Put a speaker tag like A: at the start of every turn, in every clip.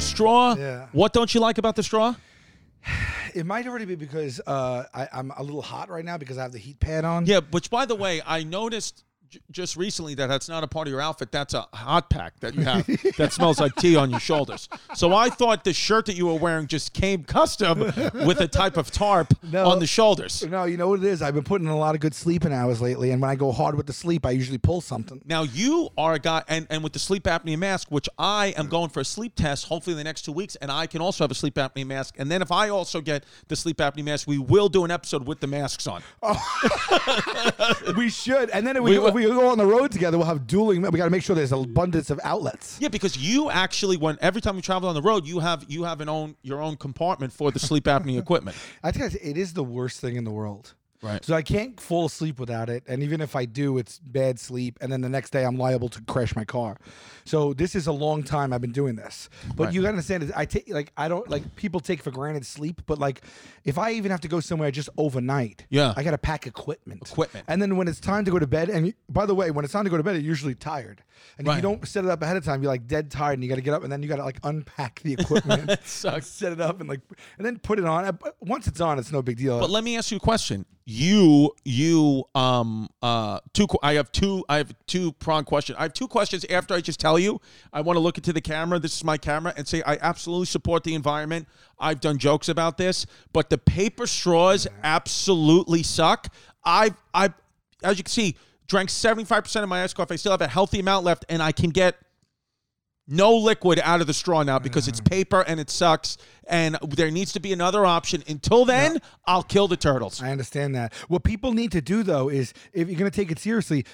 A: straw.
B: Yeah.
A: What don't you like about the straw?
B: It might already be because uh, I, I'm a little hot right now because I have the heat pad on.
A: Yeah, which by the way, I noticed j- just recently that that's not a part of your outfit. That's a hot pack that you have that smells like tea on your shoulders. So I thought the shirt that you were wearing just came custom with a type of tarp
B: No.
A: on the shoulders.
B: No, you know what it is. I've been putting in a lot of good sleeping hours lately, and when I go hard with the sleep, I usually pull something.
A: Now you are a guy, and, and with the sleep apnea mask, which I am going for a sleep test hopefully in the next two weeks, and I can also have a sleep apnea mask. And then if I also get the sleep apnea mask, we will do an episode with the masks on.
B: we should, and then if we,
A: We-
B: if we go on the road together, we'll have dueling. We got to make sure there's abundance of outlets.
A: Yeah, because you actually, when every time you travel on the road, you have you have an own your own compartment for the sleep apnea equipment.
B: I think it is the worst thing in the world.
A: Right.
B: So I can't fall asleep without it, and even if I do, it's bad sleep, and then the next day I'm liable to crash my car. So this is a long time I've been doing this, but
A: Right.
B: you gotta understand is I take like I don't like people take for granted sleep, but like if I even have to go somewhere just overnight,
A: Yeah.
B: I gotta pack equipment,
A: Equipment.
B: and then when it's time to go to bed, and you- by the way, when it's time to go to bed, you're usually tired, and if
A: Right.
B: you don't set it up ahead of time, you're like dead tired, and you gotta get up, and then you gotta like unpack the equipment,
A: sucks.
B: set it up, and like and then put it on. Uh, but Once it's on, it's no big deal.
A: But let me ask you a question. You you um uh two qu- I have two I have two prong question. I have two questions after I just tell you. I want to look into the camera. This is my camera and say I absolutely support the environment. I've done jokes about this, but the paper straws absolutely suck. I've I as you can see, drank 75% of my ice coffee. I still have a healthy amount left and I can get no liquid out of the straw now because
B: Mm.
A: it's paper and it sucks. And there needs to be another option. Until then, I'll kill the turtles.
B: I understand that. What people need to do though is if you're going to take it seriously,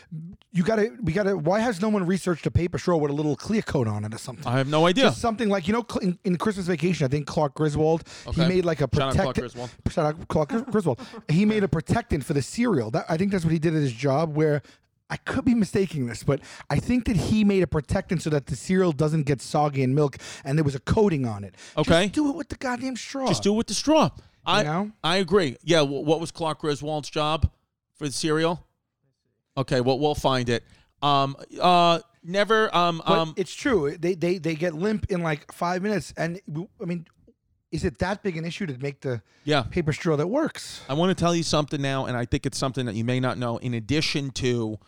B: you got to we got to why has no one researched a paper straw with a little clear coat on it or something?
A: I have no idea.
B: Just something like you know Cl- in, in Christmas Vacation, I think Clark Griswold
A: Okay.
B: he made like a
A: Shout out
B: protectant.
A: Clark Griswold.
B: Shout out Clark Gris- Griswold. he made a protectant for the cereal. That, I think that's what he did at his job. Where I could be mistaking this, but I think that he made a protectant so that the cereal doesn't get soggy in milk, and there was a coating on it.
A: Okay.
B: Just do it with the goddamn straw.
A: Just do it with the straw. I
B: know?
A: I agree. Yeah. wh- what was Clark Griswold's job for the cereal? Okay. Well, we'll find it. Um. Uh. Never. Um.
B: But
A: Um.
B: it's true. They they they get limp in like five minutes, and w- I mean, is it that big an issue to make the
A: Yeah.
B: paper straw that works?
A: I want to tell you something now, and I think it's something that you may not know. In addition to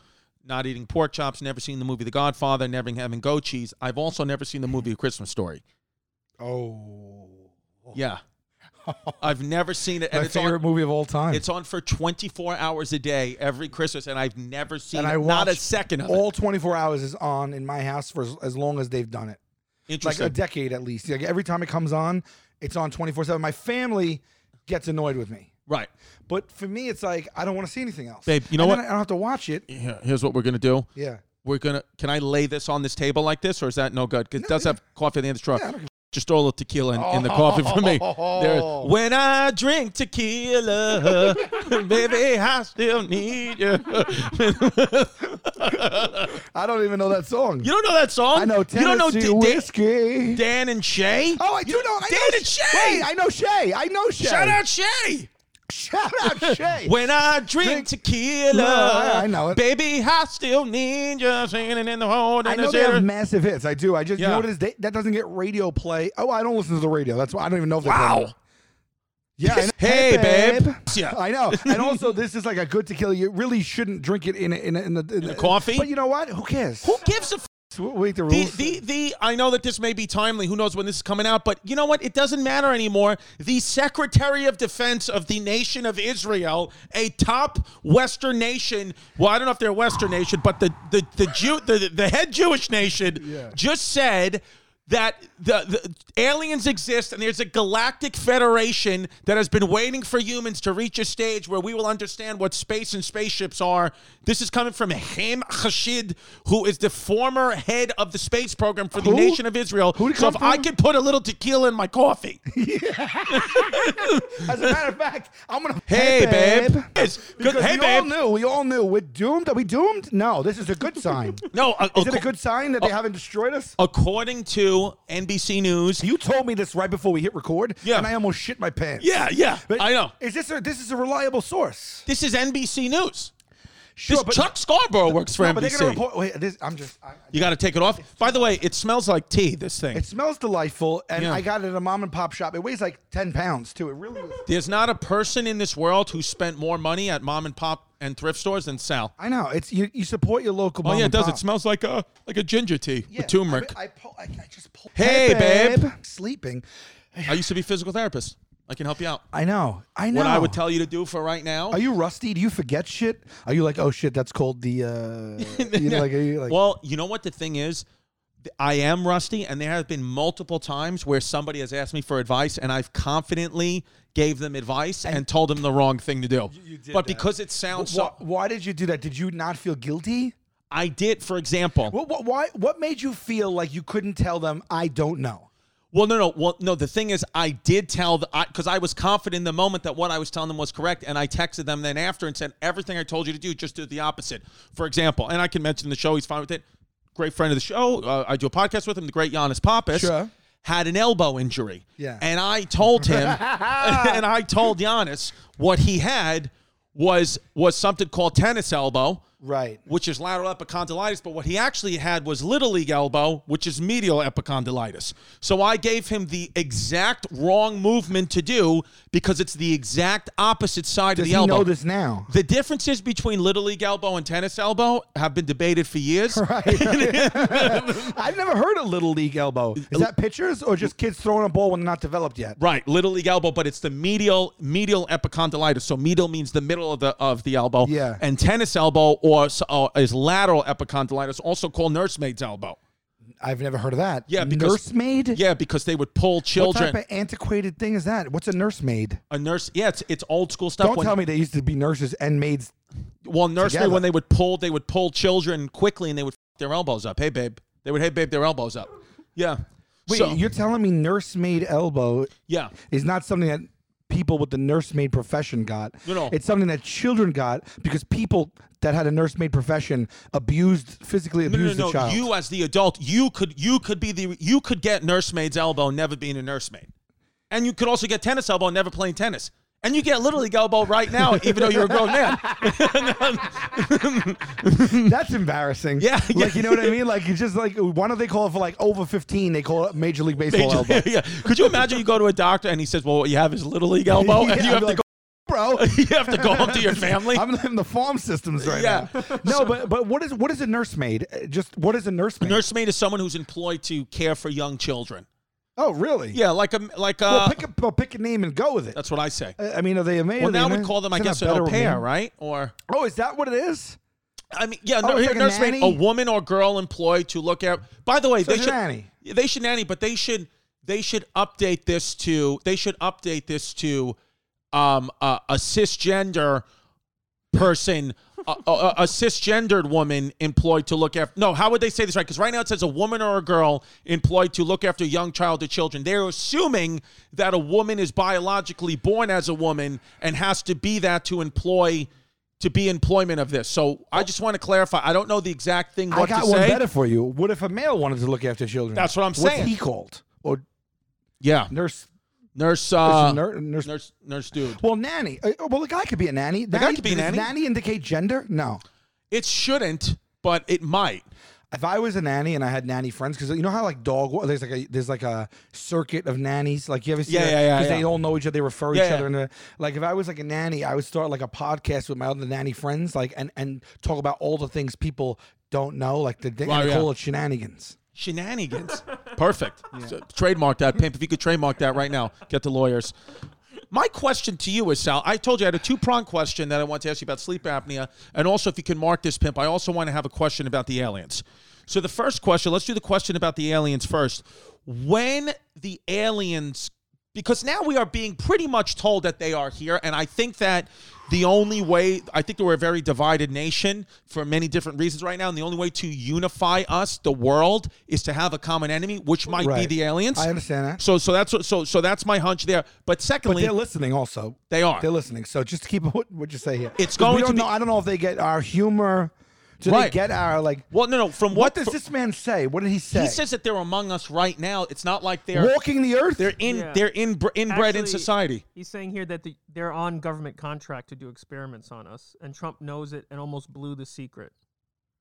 A: not eating pork chops, never seeing the movie The Godfather, never having goat cheese, I've also never seen the movie A Christmas Story.
B: Oh,
A: Yeah. I've never seen it. And
B: my
A: it's on,
B: favorite movie of all time.
A: it's on for 24 hours a day every Christmas, and I've never seen
B: and
A: it,
B: I watch
A: not a second of
B: all 24 hours is on in my house for as, as long as they've done it,
A: it.
B: like
A: Interesting.
B: a decade at least. Like every time it comes on, it's on 24 seven. My family gets annoyed with me.
A: right.
B: But for me, it's like I don't want to see anything else,
A: Babe, you know
B: And
A: what?
B: then I don't have to watch it.
A: Here- Here's what we're going to do.
B: Yeah,
A: We're going to, can I lay this on this table like this, or is that no good? Because it does have coffee at the end of the truck. Just throw a little tequila in, in the coffee for me. There- when I drink tequila, baby, I still need you.
B: I don't even know that song.
A: You don't know that song?
B: I know
A: You don't know
B: Tennessee
A: Da- Da-
B: whiskey.
A: Dan and Shay?
B: Oh, I do know. I
A: Dan
B: know,
A: and Shay.
B: Wait, I know Shay. I know Shay.
A: Shout out Shay.
B: Shout out Shay.
A: When I drink,
B: Drink-
A: tequila,
B: No, I- I know it.
A: Baby, I still need you singing in the hole.
B: I know they have massive hits. I do. I just you
A: Yeah.
B: know what it is they, that doesn't get radio play. Oh, I don't listen to the radio. That's why I don't even know if they play
A: Wow.
B: it. Yeah. I know.
A: Hey, babe. Yeah.
B: I know. And also, this is like a good tequila. You really shouldn't drink it in a, in a, in, a, in,
A: a coffee?
B: But you know what? Who cares?
A: Who gives a f-
B: Who? Wait,
A: the,
B: the rules.
A: the, the, I know that this may be timely. Who knows when this is coming out? But you know what? It doesn't matter anymore. The Secretary of Defense of the Nation of Israel, a top Western nation, well, I don't know if they're a Western nation, but the, the, the, Jew, the, the head Jewish nation just said that the, the aliens exist and there's a galactic federation that has been waiting for humans to reach a stage where we will understand what space and spaceships are. This is coming from Ham Khashid, who is the former head of the space program for the
B: Who?
A: nation of Israel.
B: Who'd he
A: so
B: come
A: if I
B: from?
A: could put a little tequila in my coffee.
B: As a matter of fact, I'm gonna.
A: Hey, babe. Yes. Good-
B: Because
A: hey,
B: we all
A: babe.
B: knew. We all knew. We're doomed. Are we doomed? No. This is a good sign.
A: No, a-
B: Is it
A: ac-
B: a good sign
A: Oh.
B: that they haven't destroyed us?
A: according to NBC News.
B: You told me this right before we hit record,
A: Yeah.
B: and I almost shit my pants.
A: Yeah, yeah,
B: But
A: I know.
B: Is this a this is a reliable source?
A: This is NBC News.
B: Sure,
A: this
B: but-
A: Chuck Scarborough works for
B: No, but they're
A: NBC.
B: gonna report. Wait, this, I'm just. I,
A: you got to take it off. By the way, it smells like tea. This thing.
B: it smells delightful, and
A: Yeah.
B: I got it at a mom and pop shop. It weighs like ten pounds too. It really. Is.
A: There's not a person in this world who spent more money at mom and pop and thrift stores than Sal.
B: I know it's you. You support your local.
A: Oh
B: mom
A: yeah, it
B: and
A: does.
B: pop.
A: It smells like a like a ginger tea
B: Yeah,
A: with turmeric.
B: I, I, pull, I, I just pull.
A: Hey, babe.
B: Sleeping.
A: I used to be a physical therapist. I can help you out.
B: I know. I know.
A: What I would tell you to do for right now.
B: Are you rusty? Do you forget shit? Are you like, oh shit, that's called the. Uh, you know, like, are you like,
A: well, you know what the thing is? Th- I am rusty, and there have been multiple times where somebody has asked me for advice, and I've confidently gave them advice and, told them the wrong thing to do. but because it sounds
B: why,
A: so,
B: why did you do that? Did you not feel guilty?
A: I did, for example.
B: What, what, why? What made you feel like you couldn't tell them? I don't know.
A: Well, no, no. Well, no. The thing is, I did tell the because I, was confident in the moment that what I was telling them was correct, and I texted them then after and said everything I told you to do, just do the opposite. For example, and I can mention the show; he's fine with it. Great friend of the show. Uh, I do a podcast with him. The great Giannis Pappas
B: Sure.
A: had an elbow injury.
B: Yeah.
A: and I told him, and I told Giannis what he had was was something called tennis elbow.
B: Right.
A: Which is lateral epicondylitis, but what he actually had was little league elbow, which is medial epicondylitis. So I gave him the exact wrong movement to do because it's the exact opposite side
B: Does
A: of
B: he
A: the elbow.
B: know this now?
A: The differences between little league elbow and tennis elbow have been debated for years.
B: I've never heard of little league elbow. Is that pitchers or just kids throwing a ball when they're not developed yet?
A: Right, little league elbow, but it's the medial medial epicondylitis. So medial means the middle of the of the elbow.
B: Yeah.
A: And tennis elbow or s- uh, is lateral epicondylitis, also called nursemaid's elbow.
B: I've never heard of that.
A: Yeah, because-
B: nursemaid.
A: Yeah, because they would pull
B: What
A: children.
B: type of antiquated thing is that? What's a nursemaid?
A: a nurse. Yeah, it's it's old school stuff.
B: Don't
A: when,
B: tell me they used to be nurses and maids.
A: Well, nursery
B: together.
A: when they would pull, they would pull children quickly, and they would f- their elbows up. Hey, babe. They would hey, babe, their elbows up. Yeah.
B: Wait,
A: so,
B: you're telling me nursemaid elbow
A: yeah.
B: is not something that people with the nursemaid profession got.
A: No, no.
B: It's something that children got because people that had a nursemaid profession abused, physically
A: No, no,
B: abused
A: no,
B: the
A: no.
B: child.
A: You as the adult, you could you could be the you could get nursemaid's elbow, never being a nursemaid, and you could also get tennis elbow, never playing tennis, and you get little league elbow right now, even though you're a grown man.
B: That's embarrassing.
A: Yeah, yeah.
B: Like, you know what I mean? Like, it's just like, why don't they call it for like over 15? They call it Major League Baseball elbow.
A: yeah. Could you imagine you go to a doctor and he says, "Well, what you have is little league elbow,"
B: Yeah,
A: and you
B: I'd
A: have
B: be
A: to
B: like,
A: go,
B: Bro,
A: you have to go home to your family.
B: I'm in the farm systems right
A: Yeah.
B: now. No, but but what is what is a nursemaid? Uh, Just what is a nursemaid?
A: Nursemaid is someone who's employed to care for young children.
B: oh, really?
A: Yeah, like a like a.
B: Well, pick a well, pick a name and go with it.
A: that's what I say.
B: I I mean, are they a maid?
A: Well,
B: Are they
A: now
B: a
A: we
B: man?
A: call them, I
B: Isn't
A: guess,
B: that
A: an au
B: better
A: pair,
B: name?
A: right? Or
B: Oh, is that what it is?
A: I mean, yeah,
B: Oh,
A: no,
B: it's
A: here,
B: like a
A: nursemaid,
B: nanny?
A: a, woman or girl employed to look at. By the way, they
B: it's a
A: should
B: nanny.
A: Yeah, They should nanny, but they should they should update this to they should update this to um a, a cisgender person a, a, a cisgendered woman employed to look after no how would they say this right because right now it says a woman or a girl employed to look after young child or children they're assuming that a woman is biologically born as a woman and has to be that to employ to be employment of this so i just want to clarify i don't know the exact thing what
B: I got
A: to
B: one
A: say
B: better for you. What if a male wanted to look after children?
A: That's what I'm saying.
B: What's he called? Or
A: yeah
B: nurse?
A: nurse uh,
B: nur- nurse?
A: nurse nurse dude
B: Well, nanny. Uh, well, the guy could be a nanny. The
A: guy could be a nanny.
B: nanny indicate gender? No.
A: It shouldn't, but it might.
B: If I was a nanny and I had nanny friends, because you know how like dog wa- there's like a there's like a circuit of nannies. Like you ever see?
A: Yeah,
B: that?
A: yeah, yeah,
B: 'Cause
A: yeah.
B: they all know each other. They refer
A: Yeah,
B: each
A: yeah.
B: other. And they're- like if I was like a nanny, I would start like a podcast with my other nanny friends, like and and talk about all the things people don't know, like the
A: Wow,
B: and
A: yeah.
B: call it shenanigans.
A: Shenanigans. Perfect. So, trademark that, Pimp. If you could trademark that right now, get the lawyers. My question to you is, Sal, I told you I had a two prong question that I want to ask you about sleep apnea. And also, if you can mark this, Pimp, I also want to have a question about the aliens. So, the first question let's do the question about the aliens first. When the aliens because now we are being pretty much told that they are here and i think that the only way i think that we're a very divided nation for many different reasons right now and the only way to unify us the world is to have a common enemy which might
B: Right.
A: be the aliens
B: I understand that.
A: so so that's what- so so that's my hunch there but
B: But
A: secondly
B: they're listening also.
A: They are.
B: They're listening. So just to keep what would you say here?
A: It's
B: 'Cause
A: going
B: we
A: to
B: don't
A: be-
B: know. I don't know if they get our humor. Do
A: Right.
B: they get our like?
A: Well, no, no. From
B: What
A: what,
B: does
A: fr-
B: this man say? What did he say?
A: he says that they're among us right now. It's not like they're
B: walking the earth.
A: they're in
C: Yeah.
A: they're in inbred in
C: Actually,
A: society.
C: He's saying here that the, they're on government contract to do experiments on us, and Trump knows it and almost blew the secret.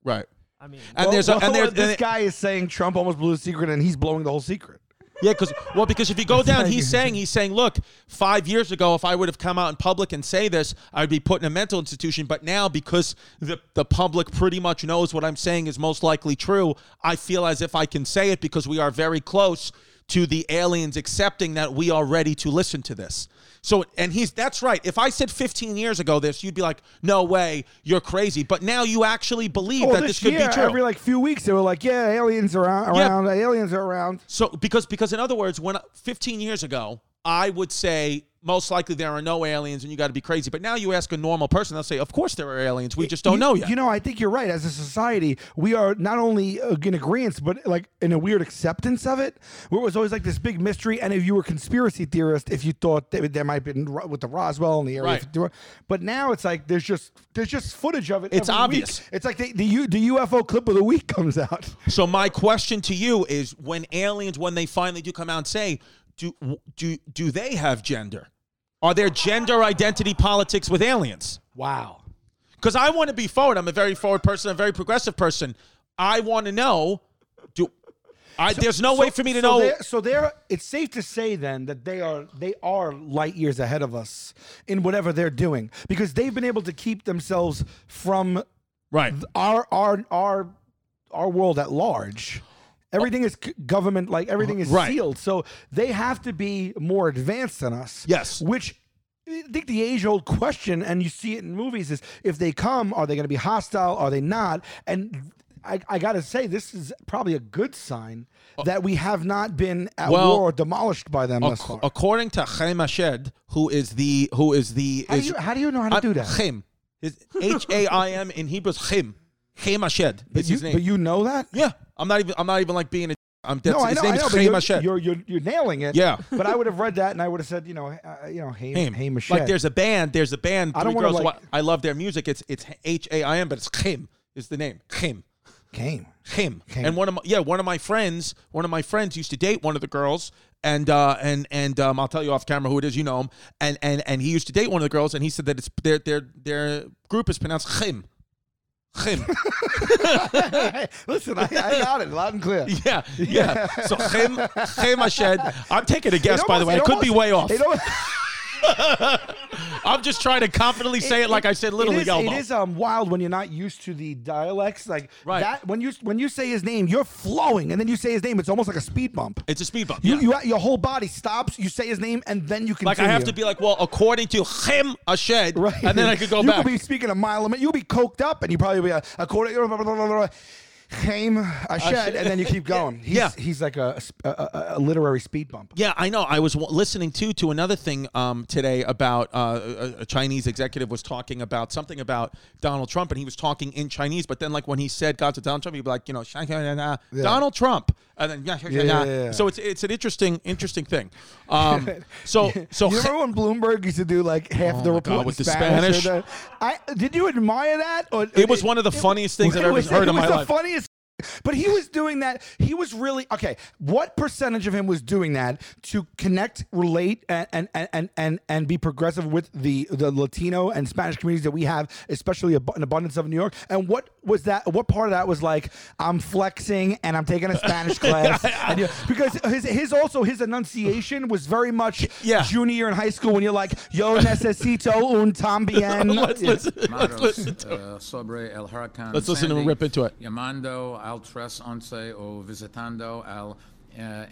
A: Right.
C: I mean,
A: And there's a, and there's
B: this guy is saying Trump almost blew the secret, and he's blowing the whole secret.
A: Yeah, because well, because if you go down, he's saying he's saying, look, five years ago, if I would have come out in public and say this, I'd be put in a mental institution. But now, because the the public pretty much knows what I'm saying is most likely true, I feel as if I can say it because we are very close to the aliens accepting that we are ready to listen to this. So, and he's that's right. If I said 15 years ago this, you'd be like, no way, you're crazy. But now you actually believe
B: Well,
A: that this, could
B: year,
A: be true.
B: Every like few weeks, they were like, "Yeah, aliens are ar-
A: Yeah.
B: around. Aliens are around."
A: So because because in other words, when 15 years ago, I would say most likely there are no aliens and you got to be crazy. But now you ask a normal person, they'll say, "Of course there are aliens. We just don't
B: you,
A: know yet."
B: You know, I think you're right. As a society, we are not only uh, in agreement, but like in a weird acceptance of it, where it was always like this big mystery. And if you were a conspiracy theorist, if you thought that there might have been Ro- with the Roswell and the area,
A: Right.
B: if you were- but now it's like there's just there's just footage of it.
A: It's
B: every week.
A: obvious.
B: It's like the the, U, the UFO clip of the week comes out.
A: so my question to you is: When aliens, when they finally do come out and say, do do do they have gender? Are there gender identity politics with aliens?
B: Wow.
A: Because I want to be forward. I'm a very forward person. I'm a very progressive person. I want to know. Do I? there's no way for me to
B: so
A: know.
B: They're, so they're. It's safe to say then that they are they are light years ahead of us in whatever they're doing because they've been able to keep themselves from
A: right.
B: our our our our world at large. Everything is c- government, like everything is
A: Right.
B: sealed. So they have to be more advanced than us.
A: Yes.
B: Which I think the age old question, and you see it in movies, is if they come, are they going to be hostile? Are they not? And I, I got to say, this is probably a good sign that we have not been at
A: Oh. Well,
B: war or demolished by them thus far.
A: According to Chaim Ashed, who is the who is the
B: how, do
A: is,
B: you, how do you know how to
A: I-
B: do that?
A: Chaim, H A I M in Hebrew is Chaim. Chaim Ashed
B: But
A: is
B: you,
A: his
B: but
A: name.
B: you know that?
A: yeah, I'm not even I'm not even like being a. I'm that's,
B: No, I
A: his
B: know,
A: name
B: I
A: is
B: know, but
A: Chaim
B: you're,
A: Ashed.
B: You're, you're you're nailing it.
A: Yeah.
B: but I would have read that and I would have said, you know, uh, you know, Haim,
A: Chaim.
B: Haim Hachette.
A: like there's a band. There's a band.
B: I
A: Three
B: don't wanna,
A: girls.
B: like-
A: Wa- I love their music. It's it's H A I M, but it's Chaim is the name. Chaim.
B: Haim.
A: him
B: Came.
A: and one of my yeah one of my friends one of my friends used to date one of the girls and uh and and um, I'll tell you off camera who it is you know him and and and he used to date one of the girls and he said that it's their their their group is pronounced him him
B: Listen, I, I got it loud and clear.
A: yeah yeah so him him Ashed I'm taking a guess
B: It
A: by the
B: almost-
A: way I could be
B: almost-
A: way off
B: It, almost,
A: I'm just trying to confidently say it, like I said
B: it
A: Little
B: is,
A: League elbow
B: it is um wild when you're not used to the dialects. Like
A: Right.
B: that when you when you say his name, you're flowing, and then you say his name, it's almost like a speed bump.
A: it's a speed bump
B: You,
A: yeah.
B: you your whole body stops. You say his name, and then you continue.
A: like I have to be like well according to him Ashed
B: Right.
A: and then I could go
B: you
A: back
B: could be speaking a mile a minute. You'll be coked up, and you probably be a, a quarter. Blah, blah, blah, blah, blah. Chaim, I shed, and then you keep going. He's,
A: Yeah.
B: he's like a, a, a- a literary speed bump.
A: Yeah, I know. I was w- listening too to another thing um, today about uh, a, a Chinese executive was talking about something about Donald Trump, and he was talking in Chinese. But then, like when he said "God to Donald Trump," he'd be like, you know, Donald Trump, and then yeah, yeah,
B: yeah,
A: yeah,
B: yeah.
A: So it's it's an interesting interesting thing. Um, so so Oh
B: you remember when Bloomberg used to do like half the
A: my God,
B: report in
A: with the
B: Spanish?
A: Spanish.
B: or the- I did you admire that? Or
A: it was one of the funniest things I've
B: It
A: ever
B: was-
A: heard
B: it
A: in
B: was
A: my
B: the
A: life.
B: funniest. But he was doing that. He was really okay. What percentage of him was doing that to connect, relate, and and and and and, and be progressive with the the Latino and Spanish communities that we have, especially ab- an abundance of in New York? And what was that? What part of that was like I'm flexing and I'm taking a Spanish class? and you- because his his also his enunciation was very much
A: Yeah.
B: junior in high school when you're like Yo necesito un tambien.
A: Let's
B: Yeah.
A: listen. Let's
D: Maros,
A: listen to it.
D: uh, sobre el huracán
A: Let's listen and
D: Sandy,
A: rip into it.
D: Llamando al 311 o visitando al uh,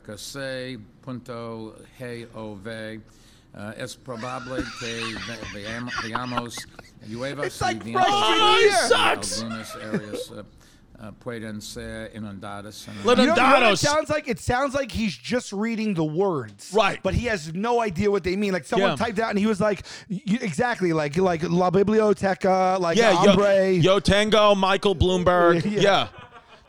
D: NEYC punto GOV. Uh, es probable que ve- veam- veamos lluevas
B: It's like
D: y vientos
B: freshman
A: Oh, it
D: en
A: year. sucks.
D: algunas áreas uh, uh, pueden ser inundadas. en-
A: Let
B: You know, you know what it
A: Dados.
B: sounds like? It sounds like he's just reading the words.
A: Right.
B: But he has no idea what they mean. Like someone
A: Yeah.
B: typed out and he was like, y- exactly, like like La Biblioteca, like
A: Yeah,
B: Hombre.
A: yo, yo Tango, Michael Bloomberg.
B: Yeah.
A: yeah.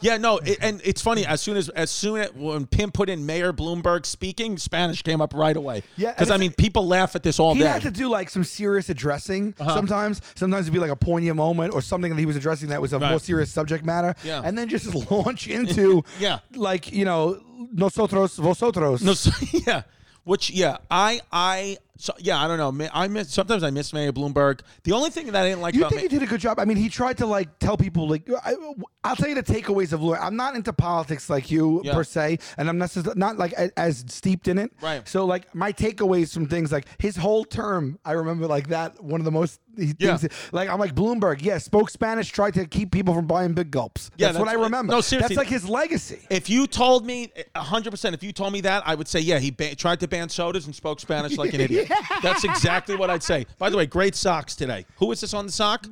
A: Yeah, no, it, and it's funny. As soon as as soon as when Pim put in Mayor Bloomberg speaking, Spanish came up right away.
B: Yeah, and
A: because I
B: it's-
A: mean, people laugh at this all
B: He
A: day.
B: had to do like some serious addressing
A: Uh-huh.
B: sometimes. Sometimes it'd be like a poignant moment or something that he was addressing that was a more
A: Right.
B: serious subject matter.
A: Yeah.
B: And then just launch into
A: Yeah.
B: like, you know, nosotros, vosotros.
A: No, so, yeah. Which yeah, I I so, yeah I don't know. Ma- I miss sometimes I miss Mayor Bloomberg. The only thing that I didn't like
B: you
A: about
B: think
A: Ma-
B: he did a good job? I mean, he tried to like tell people like I, I'll tell you the takeaways of Lou. I'm not into politics like you
A: Yeah.
B: per se, and I'm not not like a- as steeped in it.
A: Right.
B: So like my takeaways from things like his whole term, I remember like that one of the most he-
A: Yeah.
B: things. Like I'm like Bloomberg, yeah, spoke Spanish, tried to keep people from buying big gulps.
A: Yeah,
B: that's, what I
A: that's-
B: remember.
A: no, seriously.
B: that's like his legacy.
A: If you told me 100%, if you told me that, I would say, yeah, he ba- tried to ban sodas and spoke Spanish like an idiot. That's exactly what I'd say. By the way, great socks today. Who is this on the sock?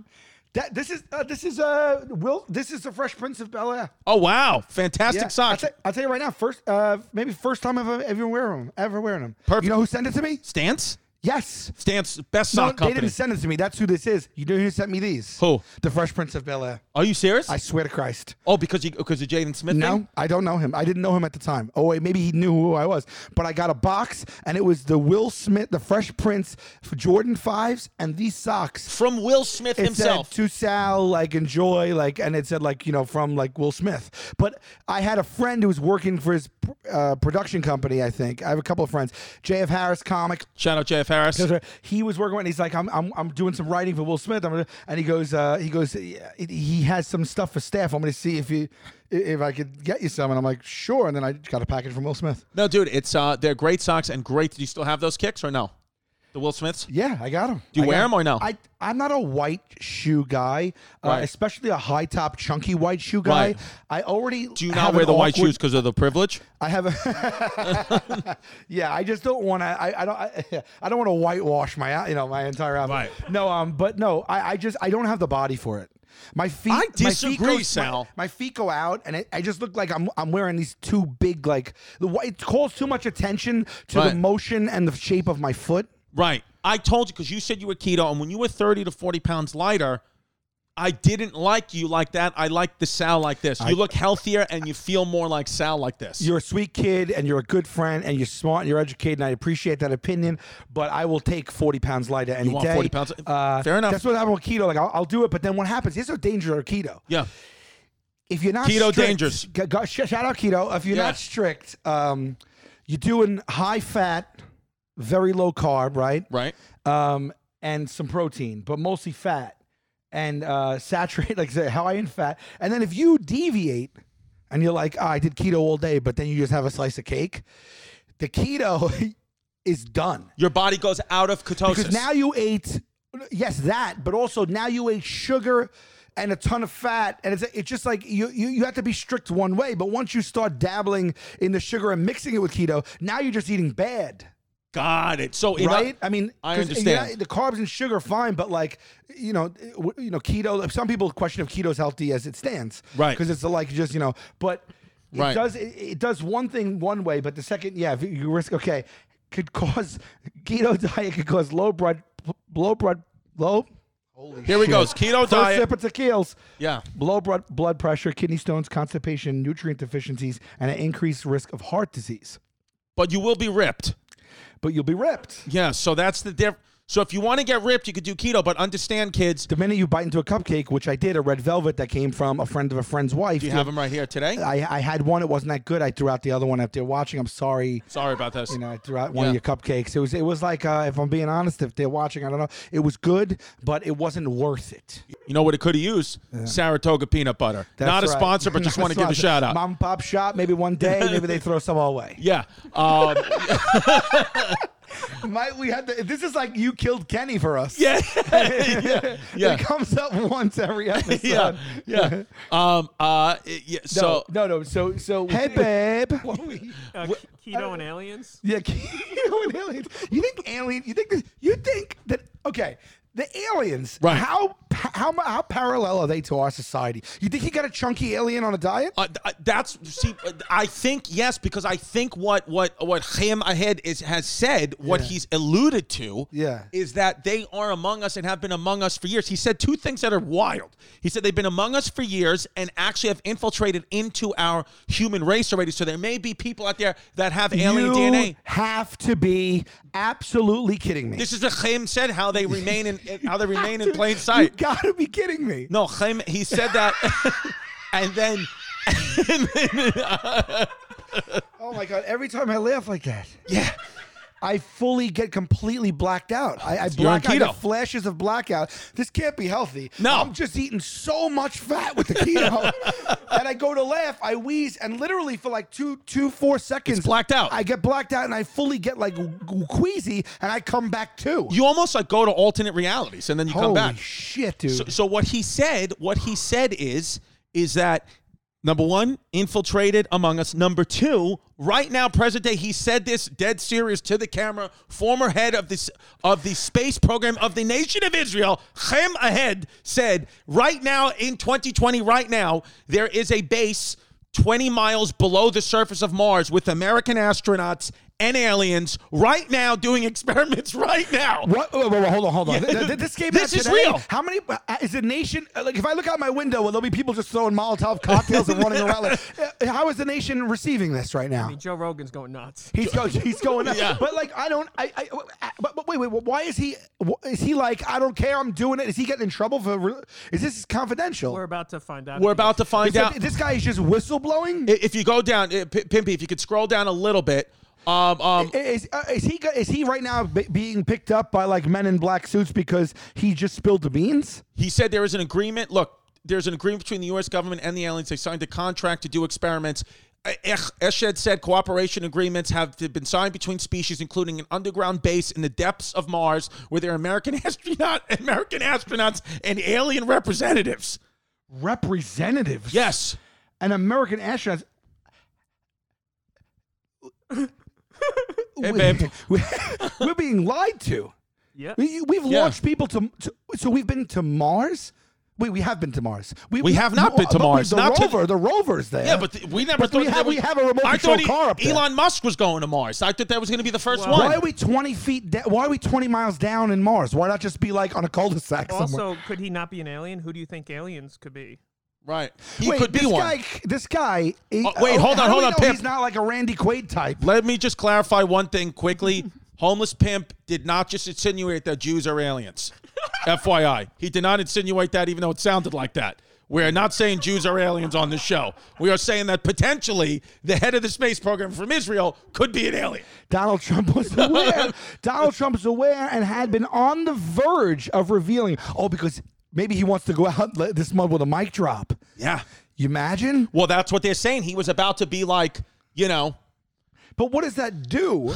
B: That this is uh, this is uh Will this is the Fresh Prince of Bel Air.
A: Oh, wow. Fantastic
B: I'll,
A: socks.
B: tell- I'll tell you right now. First, uh, maybe first time I've ever- ever wearing them. Ever wearing them.
A: Perfect.
B: You know who sent it to me?
A: Stance?
B: Yes.
A: Stance, best
B: No,
A: sock
B: they
A: company.
B: didn't send it to me. That's who this is. You know who sent me these?
A: Who?
B: The Fresh Prince of Bel Air.
A: Are you serious?
B: I swear to Christ.
A: oh, because you, because of Jaden Smith?
B: No,
A: thing?
B: I don't know him. I didn't know him at the time. Oh wait, maybe he knew who I was. But I got a box, and it was the Will Smith, the Fresh Prince, Jordan fives, and these socks.
A: From Will Smith
B: It
A: himself.
B: said to Sal, like enjoy, like, and it said like you know from like Will Smith. But I had a friend who was working for his uh, production company. I think I have a couple of friends. J.F. Harris, comic,
A: Shout out JF Harris.
B: That's right. He was working on. He's like, I'm, I'm, I'm doing some writing for Will Smith. I'm gonna, and he goes, uh, he goes, yeah, he- he has some stuff for staff. I'm gonna see if you, if I could get you some. And I'm like, sure. And then I got a package from Will Smith.
A: No, dude, it's uh, they're great socks and great. Do you still have those kicks or no? The Will Smiths?
B: Yeah, I got him.
A: Do you
B: I
A: wear
B: got
A: 'em or no?
B: I, I'm not a white shoe guy, uh,
A: Right.
B: especially a high top, chunky white shoe guy.
A: Right.
B: I already
A: Do you not
B: have
A: wear
B: an
A: the white
B: awkward-
A: shoes because of the privilege?
B: I have a yeah. I just don't want to. I, I don't. I, I don't want to whitewash my out- you know my entire outfit.
A: Right.
B: No. Um. But no. I, I just I don't have the body for it. My feet.
A: I
B: my feet
A: disagree,
B: go,
A: Sal.
B: My, my feet go out, and I, I just look like I'm I'm wearing these two big like the wh- it calls too much attention to
A: Right.
B: the motion and the shape of my foot.
A: Right. I told you because you said you were keto, and when you were 30 to 40 pounds lighter, I didn't like you like that. I like the Sal like this. You look healthier and you feel more like Sal like this.
B: You're a sweet kid, and you're a good friend, and you're smart, and you're educated, and I appreciate that opinion. But I will take 40 pounds lighter any
A: want
B: day.
A: 40 pounds-
B: Uh,
A: Fair enough.
B: That's what happened with keto. Like I'll, I'll do it, but then what happens? Here's a danger of keto.
A: yeah.
B: if you're not
A: Keto
B: strict,
A: dangerous.
B: G- g- sh- shout out keto. If you're
A: Yeah.
B: not strict, um, you're doing high fat, very low carb, right?
A: Right.
B: Um, and some protein, but mostly fat and uh, saturated, like say, Hawaiian fat. And then if you deviate, and you're like, "Ah, I did keto all day, but then you just have a slice of cake, the keto is done.
A: Your body goes out of ketosis.
B: Because now you ate, yes, that, but also now you ate sugar and a ton of fat, and it's it's just like you you, you have to be strict one way. But once you start dabbling in the sugar and mixing it with keto, now you're just eating bad,
A: Got it. So in
B: right? I mean,
A: I
B: 'cause,
A: understand.
B: yeah, the carbs and sugar, fine, but like you know, w- you know, keto. Some people question if keto's healthy as it stands,
A: Right.
B: Because it's like just you know, but. It
A: Right.
B: does it, it does one thing one way, but the second, yeah, if you risk okay, could cause keto diet could cause low blood low blood low. Holy
A: Here we
B: shit.
A: goes. Keto
B: First
A: diet.
B: sip of tequilas.
A: Yeah.
B: Low blood blood pressure, kidney stones, constipation, nutrient deficiencies, and an increased risk of heart disease.
A: but you will be ripped.
B: But you'll be ripped
A: Yeah. So that's the diff. So if you want to get ripped, you could do keto, but understand, kids.
B: the minute you bite into a cupcake, which I did, a red velvet that came from a friend of a friend's wife.
A: Do you have them right here today?
B: I, I had one. It wasn't that good. I threw out the other one. If they're watching, I'm sorry.
A: Sorry about this.
B: You know, I threw out one
A: Yeah.
B: of your cupcakes. It was it was like uh, if I'm being honest, if they're watching, I don't know. It was good, but it wasn't worth it.
A: You know what it could have used? Saratoga peanut butter.
B: That's
A: Not a
B: right.
A: sponsor, but just
B: Not
A: want to give a
B: sponsor.
A: shout out.
B: Mom and pop shop. Maybe one day, maybe they throw some away.
A: yeah. Um,
B: Might we have to, this is like you killed Kenny for us.
A: yeah. yeah. Yeah.
B: It comes up once every episode.
A: yeah, yeah. Um, uh, it- yeah,
B: No,
A: so
B: no, no. So, so hey, babe.
C: Uh, ke- keto and aliens.
B: Yeah, you know, and aliens. You think alien? You think this, you think that? Okay, the aliens.
A: Right.
B: How h- how mu- how parallel are they to our society? You think he got a chunky alien on a diet?
A: Uh, th- uh, that's see. uh, I think yes, because I think what what what Chaim Ahed is has said, what
B: Yeah.
A: he's alluded to,
B: Yeah.
A: is that they are among us and have been among us for years. He said two things that are wild. He said they've been among us for years and actually have infiltrated into our human race already. So there may be people out there that have alien
B: you
A: DNA.
B: have to be absolutely kidding me.
A: This is what Chaim said. How they remain in how they remain in plain
B: you
A: sight.
B: gotta be kidding me.
A: No, Chaim. He said that, and then.
B: Oh my god! Every time I laugh like that,
A: Yeah.
B: I fully get completely blacked out. I, I
A: You're on
B: black out. I
A: keto.
B: get flashes of blackout. This can't be healthy.
A: No.
B: I'm just eating so much fat with the keto that I go to laugh, I wheeze, and literally for like two, two, four seconds,
A: blacked out.
B: I get blacked out, and I fully get like g- queasy, and I come back too.
A: You almost like go to alternate realities and then you
B: Holy
A: come back.
B: shit, dude!
A: So, so what he said, what he said is, is that number one, infiltrated among us. Number two, right now, present day, he said this dead serious to the camera. Former head of this of the space program of the nation of Israel, Chem Ahed, said, right now in 2020, right now, there is a base 20 miles below the surface of Mars with American astronauts and aliens right now doing experiments right now.
B: What? Wait, wait, wait, hold on, hold on. Th- th- This came
A: This
B: out
A: is
B: today.
A: real.
B: How many uh, is the nation? uh, Like, if I look out my window, will there be people just throwing Molotov cocktails and running around? Like, uh, how is the nation receiving this right now?
C: mean, Joe Rogan's going nuts.
B: He's going. He's going. up.
A: Yeah.
B: But like, I don't. I. I but, but wait, wait. Why is he? wh- Is he like? I don't care. I'm doing it. Is he getting in trouble for? re- Is this confidential?
C: We're about to find out.
A: We're about to find
B: Is that-
A: out.
B: this guy is just whistleblowing.
A: I- if you go down, uh, P- Pimpy, if you could scroll down a little bit, um, um,
B: Is uh, is he go- is he right now b- being picked up by like men in black suits because he just spilled the beans?
A: he said there is an agreement. Look, there's an agreement between the U.S. government and the aliens. They signed a contract to do experiments. E- Ech- Eshed said cooperation agreements have been signed between species, including an underground base in the depths of Mars, where there are American astronaut, American astronauts, and alien representatives.
B: Representatives.
A: Yes,
B: an American astronaut.
A: Hey, babe.
B: We're being lied to.
C: Yeah.
B: We, we've
A: Yeah.
B: launched people to, to. So we've been to Mars. We we have been to Mars.
A: We have not been to
B: but we-
A: Mars,
B: The
A: not to-
B: rover. the rover's there.
A: yeah, but th- we never
B: But
A: thought
B: we
A: that
B: have- we have a remote
A: I
B: control
A: thought E-
B: car up there.
A: Elon Musk was going to Mars. I thought that was going to be the first
C: Well-
A: one.
B: why are we twenty feet? Da- why are we twenty miles down in Mars? Why not just be like on a cul-de-sac somewhere?
C: Also, could he not be an alien? Who do you think aliens could be?
A: right, he
B: wait,
A: could be
B: this
A: one.
B: guy. This guy. he- oh,
A: Uh, wait, hold on,
B: how do
A: hold
B: we
A: on,
B: know
A: Pip.
B: He's not like a Randy Quaid type.
A: Let me just clarify one thing quickly. Homeless pimp did not just insinuate that Jews are aliens. FYI, he did not insinuate that, even though it sounded like that. We are not saying Jews are aliens on this show. We are saying that potentially the head of the space program from Israel could be an alien.
B: Donald Trump was aware. Donald Trump is aware and had been on the verge of revealing. Oh, because maybe he wants to go out le- this month with a mic drop.
A: Yeah.
B: You imagine?
A: Well, that's what they're saying. He was about to be like, you know,
B: But what does that do?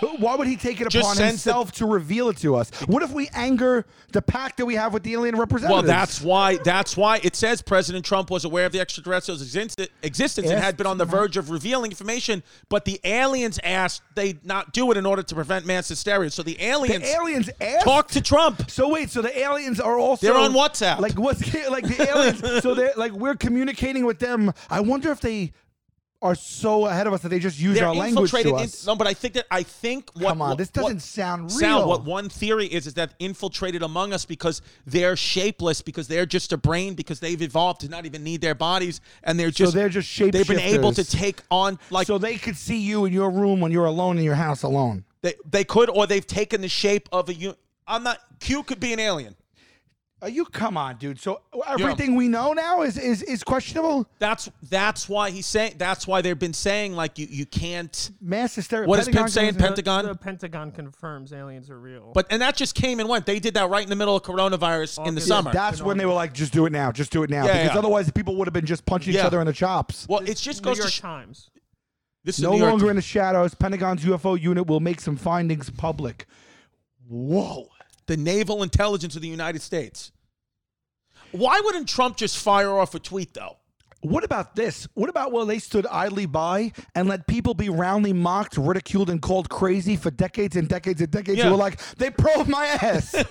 B: But Why would he take it
A: Just
B: upon
A: sends the-
B: himself to reveal it to us? What if we anger the pact that we have with the alien
A: well,
B: representatives?
A: that's why. That's why it says President Trump was aware of the extraterrestrials' exist- existence and had been on the verge of revealing information. But the aliens asked they not do it in order to prevent mass hysteria. So the aliens,
B: the aliens asked.
A: talk to Trump.
B: So wait, so the aliens are also
A: They're on WhatsApp.
B: Like what's like the aliens? so they're like we're communicating with them. I wonder if they are so ahead of us that they just use
A: They're
B: our language
A: infiltrated.
B: to
A: in-
B: us.
A: no, but I think that I think what
B: Come on,
A: what-
B: this doesn't
A: what-
B: sound real.
A: Sound what one theory is is that infiltrated among us because they're shapeless because they're just a brain because they've evolved to not even need their bodies and they're just
B: they're just
A: they've been able to
B: shapeshifters.
A: take on like
B: so they could see you in your room when you're alone in your house alone.
A: They they could, or they've taken the shape of a. u- I'm not. Q could be an alien.
B: Are Uh, you come on, dude? So uh, everything we know now is is is questionable.
A: That's that's why he's saying. That's why they've been saying like you you can't.
B: Mass hysteria.
A: What is Pim
B: Pentagon
A: saying,
B: goes-
A: Pent- Pentagon?
C: The, the Pentagon confirms aliens are real.
A: But and that just came and went. They did that right in the middle of coronavirus in the
C: August.
A: summer.
B: That's when they were like, just do it now, just do it now,
A: Yeah,
B: because
A: yeah.
B: otherwise people would have been just punching each
A: Yeah.
B: other in the chops.
A: well, it just
C: New
A: goes
C: York
A: to sh-
C: Times.
A: this is
B: no
A: New York
B: longer in the shadows. Pentagon's UFO unit will make some findings public. Whoa.
A: the naval intelligence of the United States. Why wouldn't Trump just fire off a tweet though?
B: What about this? What about while they stood idly by and let people be roundly mocked, ridiculed, and called crazy for decades and decades and decades?
A: Yeah.
B: You were like, they probed my ass. that,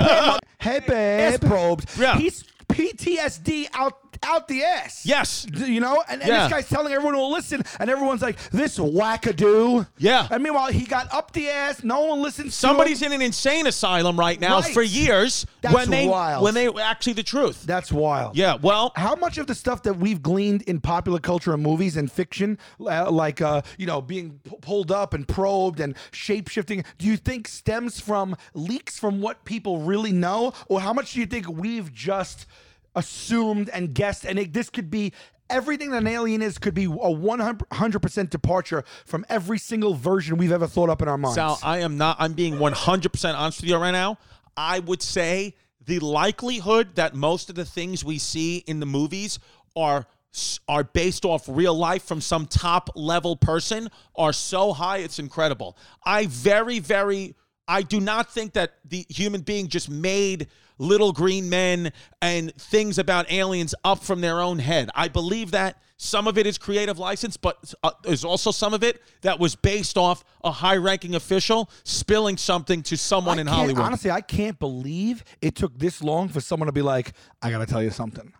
B: probe, hey, babe. Ass probed.
A: Yeah.
B: He's PTSD out out the ass.
A: Yes.
B: D- You know? And, and
A: Yeah.
B: this guy's telling everyone who'll listen, and everyone's like, this wackadoo.
A: Yeah.
B: And meanwhile, he got up the ass. No one listens to him.
A: Somebody's in an insane asylum right now
B: Right.
A: for years
B: That's
A: when they
B: wild.
A: when they actually the truth.
B: That's wild.
A: yeah, well,
B: how much of the stuff that we've gleaned in popular culture and movies and fiction, uh, like uh, you know, being p- pulled up and probed and shape shifting, do you think stems from leaks from what people really know, or how much do you think we've just assumed and guessed? And it, this could be everything that an alien is could be a 100% departure from every single version we've ever thought up in our minds.
A: Sal, I am not. I'm being 100% honest with you right now. I would say the likelihood that most of the things we see in the movies are s- are based off real life from some top level person are so high it's incredible. I very very I do not think that the human being just made little green men and things about aliens up from their own head. I believe that some of it is creative license, but uh, there's also some of it that was based off a high ranking official spilling something to someone in
B: can't-
A: Hollywood.
B: Honestly, I can't believe it took this long for someone to be like, I gotta tell you something.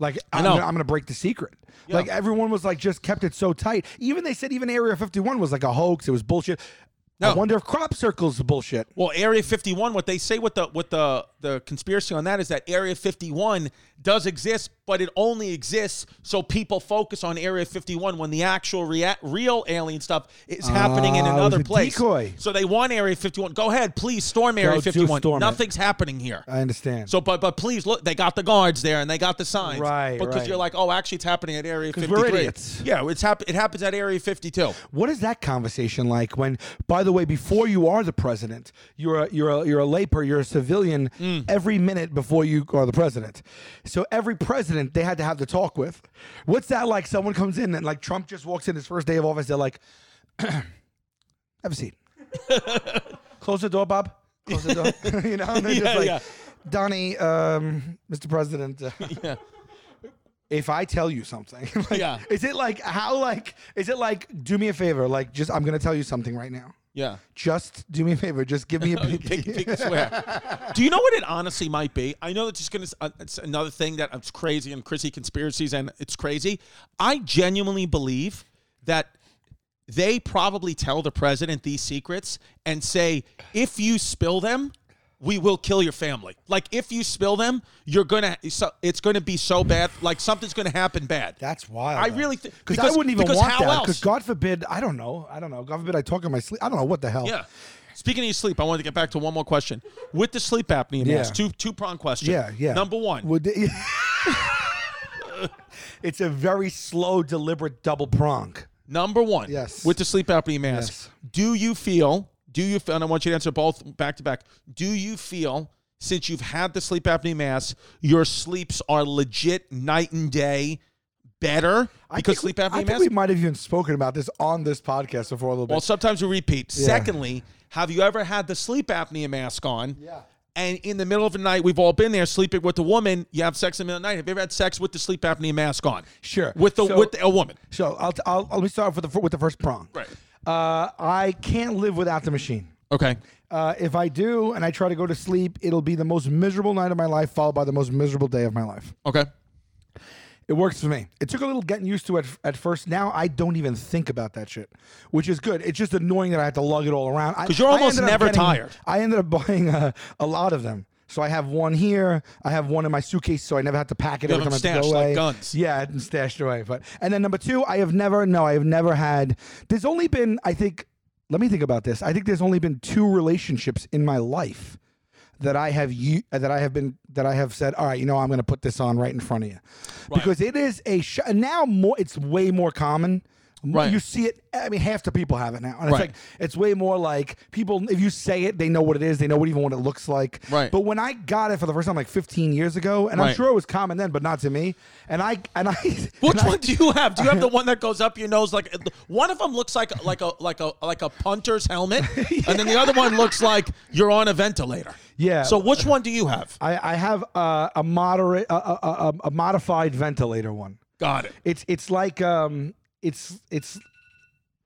B: Like I'm,
A: know.
B: Gonna, I'm gonna break the secret. Like everyone was like just kept it so tight. Even they said even Area 51 was like a hoax. It was bullshit. I
A: No.
B: wonder if crop circles is bullshit.
A: Well, Area 51, what they say with the with the the conspiracy on that is that Area 51 does exist, but it only exists so people focus on Area 51 when the actual rea- real alien stuff is happening in
B: Ah, it was
A: another
B: a
A: place.
B: decoy.
A: So they want Area 51. Go ahead, please storm Area
B: do
A: 51.
B: storm it.
A: Nothing's happening here.
B: I understand.
A: So, but but please look, they got the guards there and they got the signs,
B: Right,
A: Because
B: right.
A: you're like, oh, actually, it's happening at Area 53.
B: we're idiots.
A: Yeah, it's hap- It happens at Area 52.
B: What is that conversation like? When, by the way, before you are the president, you're a, you're a, you're a laper, you're a civilian.
A: Mm.
B: Every minute before you are the president, so every president they had to have the talk with. What's that like? Someone comes in and like Trump just walks in his first day of office. They're like, "Have a seat. Close the door, Bob. Close the door." you know, and they're
A: Yeah,
B: just like,
A: yeah.
B: "Donnie, um, Mr. President." uh,
A: Yeah.
B: if I tell you something, like,
A: Yeah.
B: is it like how like is it like do me a favor, like just I'm gonna tell you something right now.
A: Yeah.
B: Just do me a favor, just give me a pinky.
A: Big, big swear. Do you know what it honestly might be? I know that just gonna uh, it's another thing that it's crazy and crazy conspiracies and it's crazy. I genuinely believe that they probably tell the president these secrets and say, if you spill them, we will kill your family. Like if you spill them, you're gonna so it's gonna be so bad. Like something's gonna happen bad.
B: That's wild.
A: I
B: though.
A: really thi-
B: because I
A: because-
B: wouldn't even
A: because
B: want
A: how
B: that.
A: else?
B: Because God forbid, I don't know, I don't know. God forbid, I talk in my sleep. I don't know what the hell.
A: Yeah. Speaking of your sleep, I wanted to get back to one more question. With the sleep apnea mask,
B: Yeah.
A: two two prong question.
B: yeah, yeah.
A: Number one,
B: Would they- it's a very slow, deliberate double prong.
A: Number one,
B: Yes.
A: with the sleep apnea mask,
B: Yes.
A: do you feel? Do you feel? And I want you to answer both back to back. Do you feel since you've had the sleep apnea mask, your sleeps are legit night and day better because sleep apnea
B: I think
A: mask?
B: we might have even spoken about this on this podcast before a little bit.
A: Well, sometimes we repeat. Secondly, have you ever had the sleep apnea mask on?
B: Yeah.
A: And in the middle of the night, we've all been there sleeping with a woman. You have sex in the middle of the night. Have you ever had sex with the sleep apnea mask on?
B: Sure.
A: With the
B: So-
A: with the, a woman.
B: So I'll, I'll, I'll let me start off with the fir- with the first prong.
A: Right.
B: Uh, I can't live without the machine.
A: Okay.
B: Uh, if I do, and I try to go to sleep, it'll be the most miserable night of my life, followed by the most miserable day of my life.
A: Okay.
B: It works for me. It took a little getting used to at, at first. Now I don't even think about that shit, which is good. It's just annoying that I have to lug it all around. Because
A: you're almost never tired.
B: I ended up buying a, a lot of them. So I have one here. I have one in my suitcase, so I never have to pack it
A: You
B: every
A: have
B: time I
A: them
B: have to
A: stashed
B: go
A: like
B: away.
A: guns.
B: Yeah, and stashed away. But and then number two, I have never. No, I have never had. There's only been. I think. Let me think about this. I think there's only been two relationships in my life that I have you that I have been that I have said. All right, you know, I'm going to put this on right in front of you because it is a sh- and now more. It's way more common.
A: Right.
B: You see it. I mean, half the people have it now, and it's
A: Right.
B: like it's way more like people. If you say it, they know what it is. They know what even what it looks like.
A: Right.
B: But when I got it for the first time, like 15 years ago, and I'm
A: Right.
B: sure it was common then, but not to me. And I and I.
A: Which
B: and I-
A: one do you have? Do you have the one that goes up your nose? Like one of them looks like like a like a like a punter's helmet, and then the other one looks like you're on a ventilator.
B: Yeah.
A: So which one do you have?
B: I, I have uh, a moderate, a, a, a, a modified ventilator one.
A: Got it.
B: It's it's like um it's it's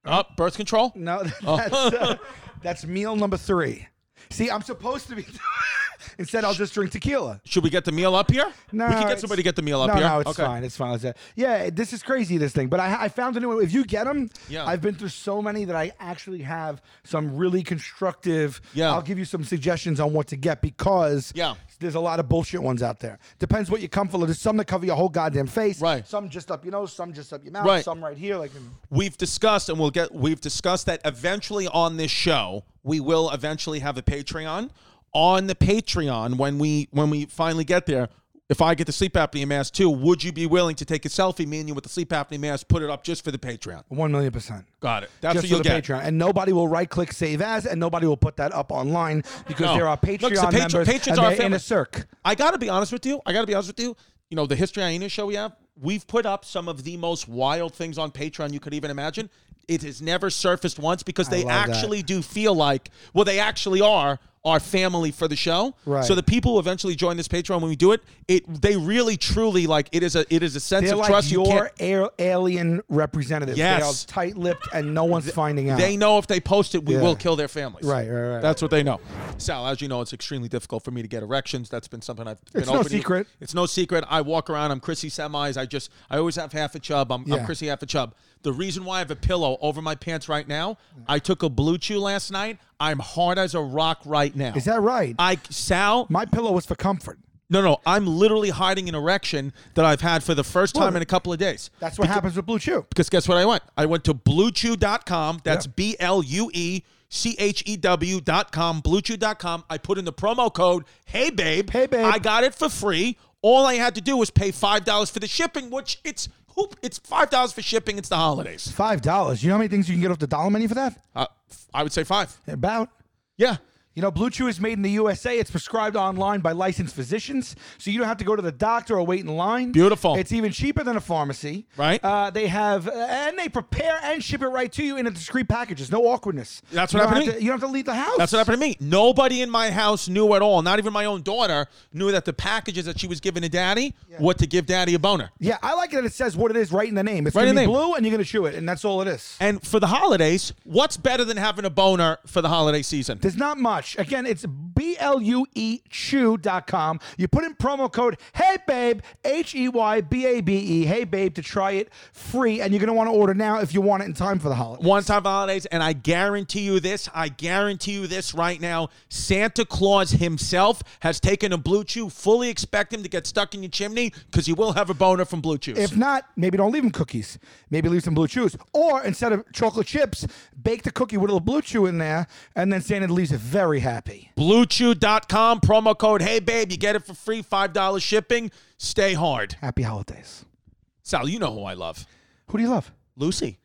A: Up, birth control.
B: no that's
A: Oh.
B: uh, that's meal number three. See, I'm supposed to be. Instead, I'll just drink tequila.
A: Should we get the meal up here?
B: No,
A: we can get
B: it's-
A: somebody to get the meal up
B: no,
A: here.
B: No, it's fine. It's fine. It's fine. Yeah, this is crazy. This thing, but I, I found a new one. If you get them,
A: Yeah.
B: I've been through so many that I actually have some really constructive.
A: Yeah.
B: I'll give you some suggestions on what to get because
A: Yeah.
B: there's a lot of bullshit ones out there. Depends what you come for. There's some that cover your whole goddamn face.
A: Right.
B: Some just up your nose. Some just up your mouth.
A: Right.
B: Some right here. Like
A: We've discussed, and we'll get. We've discussed that eventually on this show, we will eventually have a Patreon. On the Patreon, when we when we finally get there, if I get the sleep apnea mask too, would you be willing to take a selfie, me and you, with the sleep apnea mask, put it up just for the Patreon?
B: one million percent.
A: Got it. That's
B: just
A: what you'll
B: for the
A: get.
B: Patreon, and nobody will right-click save as, and nobody will put that up online because
A: No.
B: there are
A: Look,
B: Patreon
A: so Patre-
B: members
A: patrons
B: and
A: are our
B: they're in
A: family.
B: a circ.
A: I got to be honest with you. I got to be honest with you. You know, the History Hyena show we have, we've put up some of the most wild things on Patreon you could even imagine. It has never surfaced once because they
B: love that.
A: actually do feel like, well, they actually are our family for the show.
B: Right.
A: So the people who eventually join this Patreon when we do it, it they really truly like it is a it is a sense
B: They're
A: of
B: like
A: trust. you
B: your
A: can't.
B: air, alien representative.
A: Yes.
B: They are tight-lipped and no one's finding out.
A: They know if they post it, we
B: Uh-huh. Yeah.
A: will kill their families.
B: Right, right, right.
A: That's what they know. Sal, as you know, it's extremely difficult for me to get erections. That's been something I've been
B: It's no
A: open to you.
B: secret.
A: It's no secret. I walk around. I'm Chrissy semis. I just I always have half a chub. I'm, I'm
B: Yeah.
A: Chrissy half a chub. The reason why I have a pillow over my pants right now, I took a blue chew last night. I'm hard as a rock right now.
B: Is that right?
A: I Sal?
B: My pillow was for comfort.
A: no, no. I'm literally hiding an erection that I've had for the first time
B: Well,
A: in a couple of days.
B: That's what happens with Blue Chew.
A: Because guess what I went? I went to bluechew.com. That's B L U E C H E W dot com, bluechew.com. I put in the promo code, hey babe.
B: Hey, babe.
A: I got it for free. All I had to do was pay $5 for the shipping, which it's hoop. It's $5 for shipping. It's the holidays.
B: Five dollars. You know how many things you can get off the dollar menu for that?
A: Uh, f- I would say five.
B: About.
A: Yeah.
B: You know, Blue Chew is made in the USA. It's prescribed online by licensed physicians, so you don't have to go to the doctor or wait in line.
A: Beautiful.
B: It's even cheaper than a pharmacy.
A: Right.
B: Uh, they have, uh, and they prepare and ship it right to you in a discreet packages. No awkwardness.
A: That's
B: You
A: what
B: don't
A: happened to
B: have
A: me.
B: you don't have to leave the house.
A: That's what happened to me. Nobody in my house knew at all, not even my own daughter, knew that the packages that she was giving to daddy, what to give daddy a boner.
B: Yeah, I like that it says what it is right in the name. It's
A: Right
B: gonna
A: in the
B: be
A: name.
B: blue, and you're gonna chew it, and that's all it is.
A: And for the holidays, what's better than having a boner for the holiday season?
B: There's not much. Again, it's B L U E chew.com. You put in promo code Hey Babe, H E Y B A B E, Hey Babe, to try it free. And you're going to want to order now if you want it in time for the holiday.
A: one time holidays, and I guarantee you this, I guarantee you this right now. Santa Claus himself has taken a blue chew. Fully expect him to get stuck in your chimney because he will have a boner from blue chews.
B: If not, maybe don't leave them cookies. Maybe leave some blue chews. Or instead of chocolate chips, bake the cookie with a little blue chew in there, and then Santa leaves it very happy.
A: Bluechew.com, promo code Hey Babe, you get it for free, $5 shipping. Stay hard.
B: Happy holidays.
A: Sal, you know who I love.
B: Who do you love?
A: Lucy.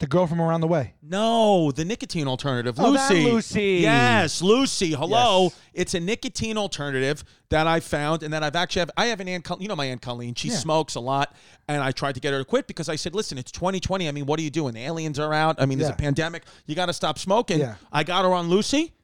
B: The girl from around the way.
A: No, the nicotine alternative.
B: Oh, that
A: Lucy.
B: Lucy.
A: Yes, Lucy. Hello.
B: Yes.
A: It's a nicotine alternative that I found and that I've actually have, I have an Aunt Colleen. You know my Aunt Colleen. She smokes a lot. And I tried to get her to quit because I said, listen, it's 2020. I mean, what are you doing? The aliens are out. I mean, there's
B: Yeah.
A: a pandemic. You got to stop smoking.
B: Yeah.
A: I got her on Lucy.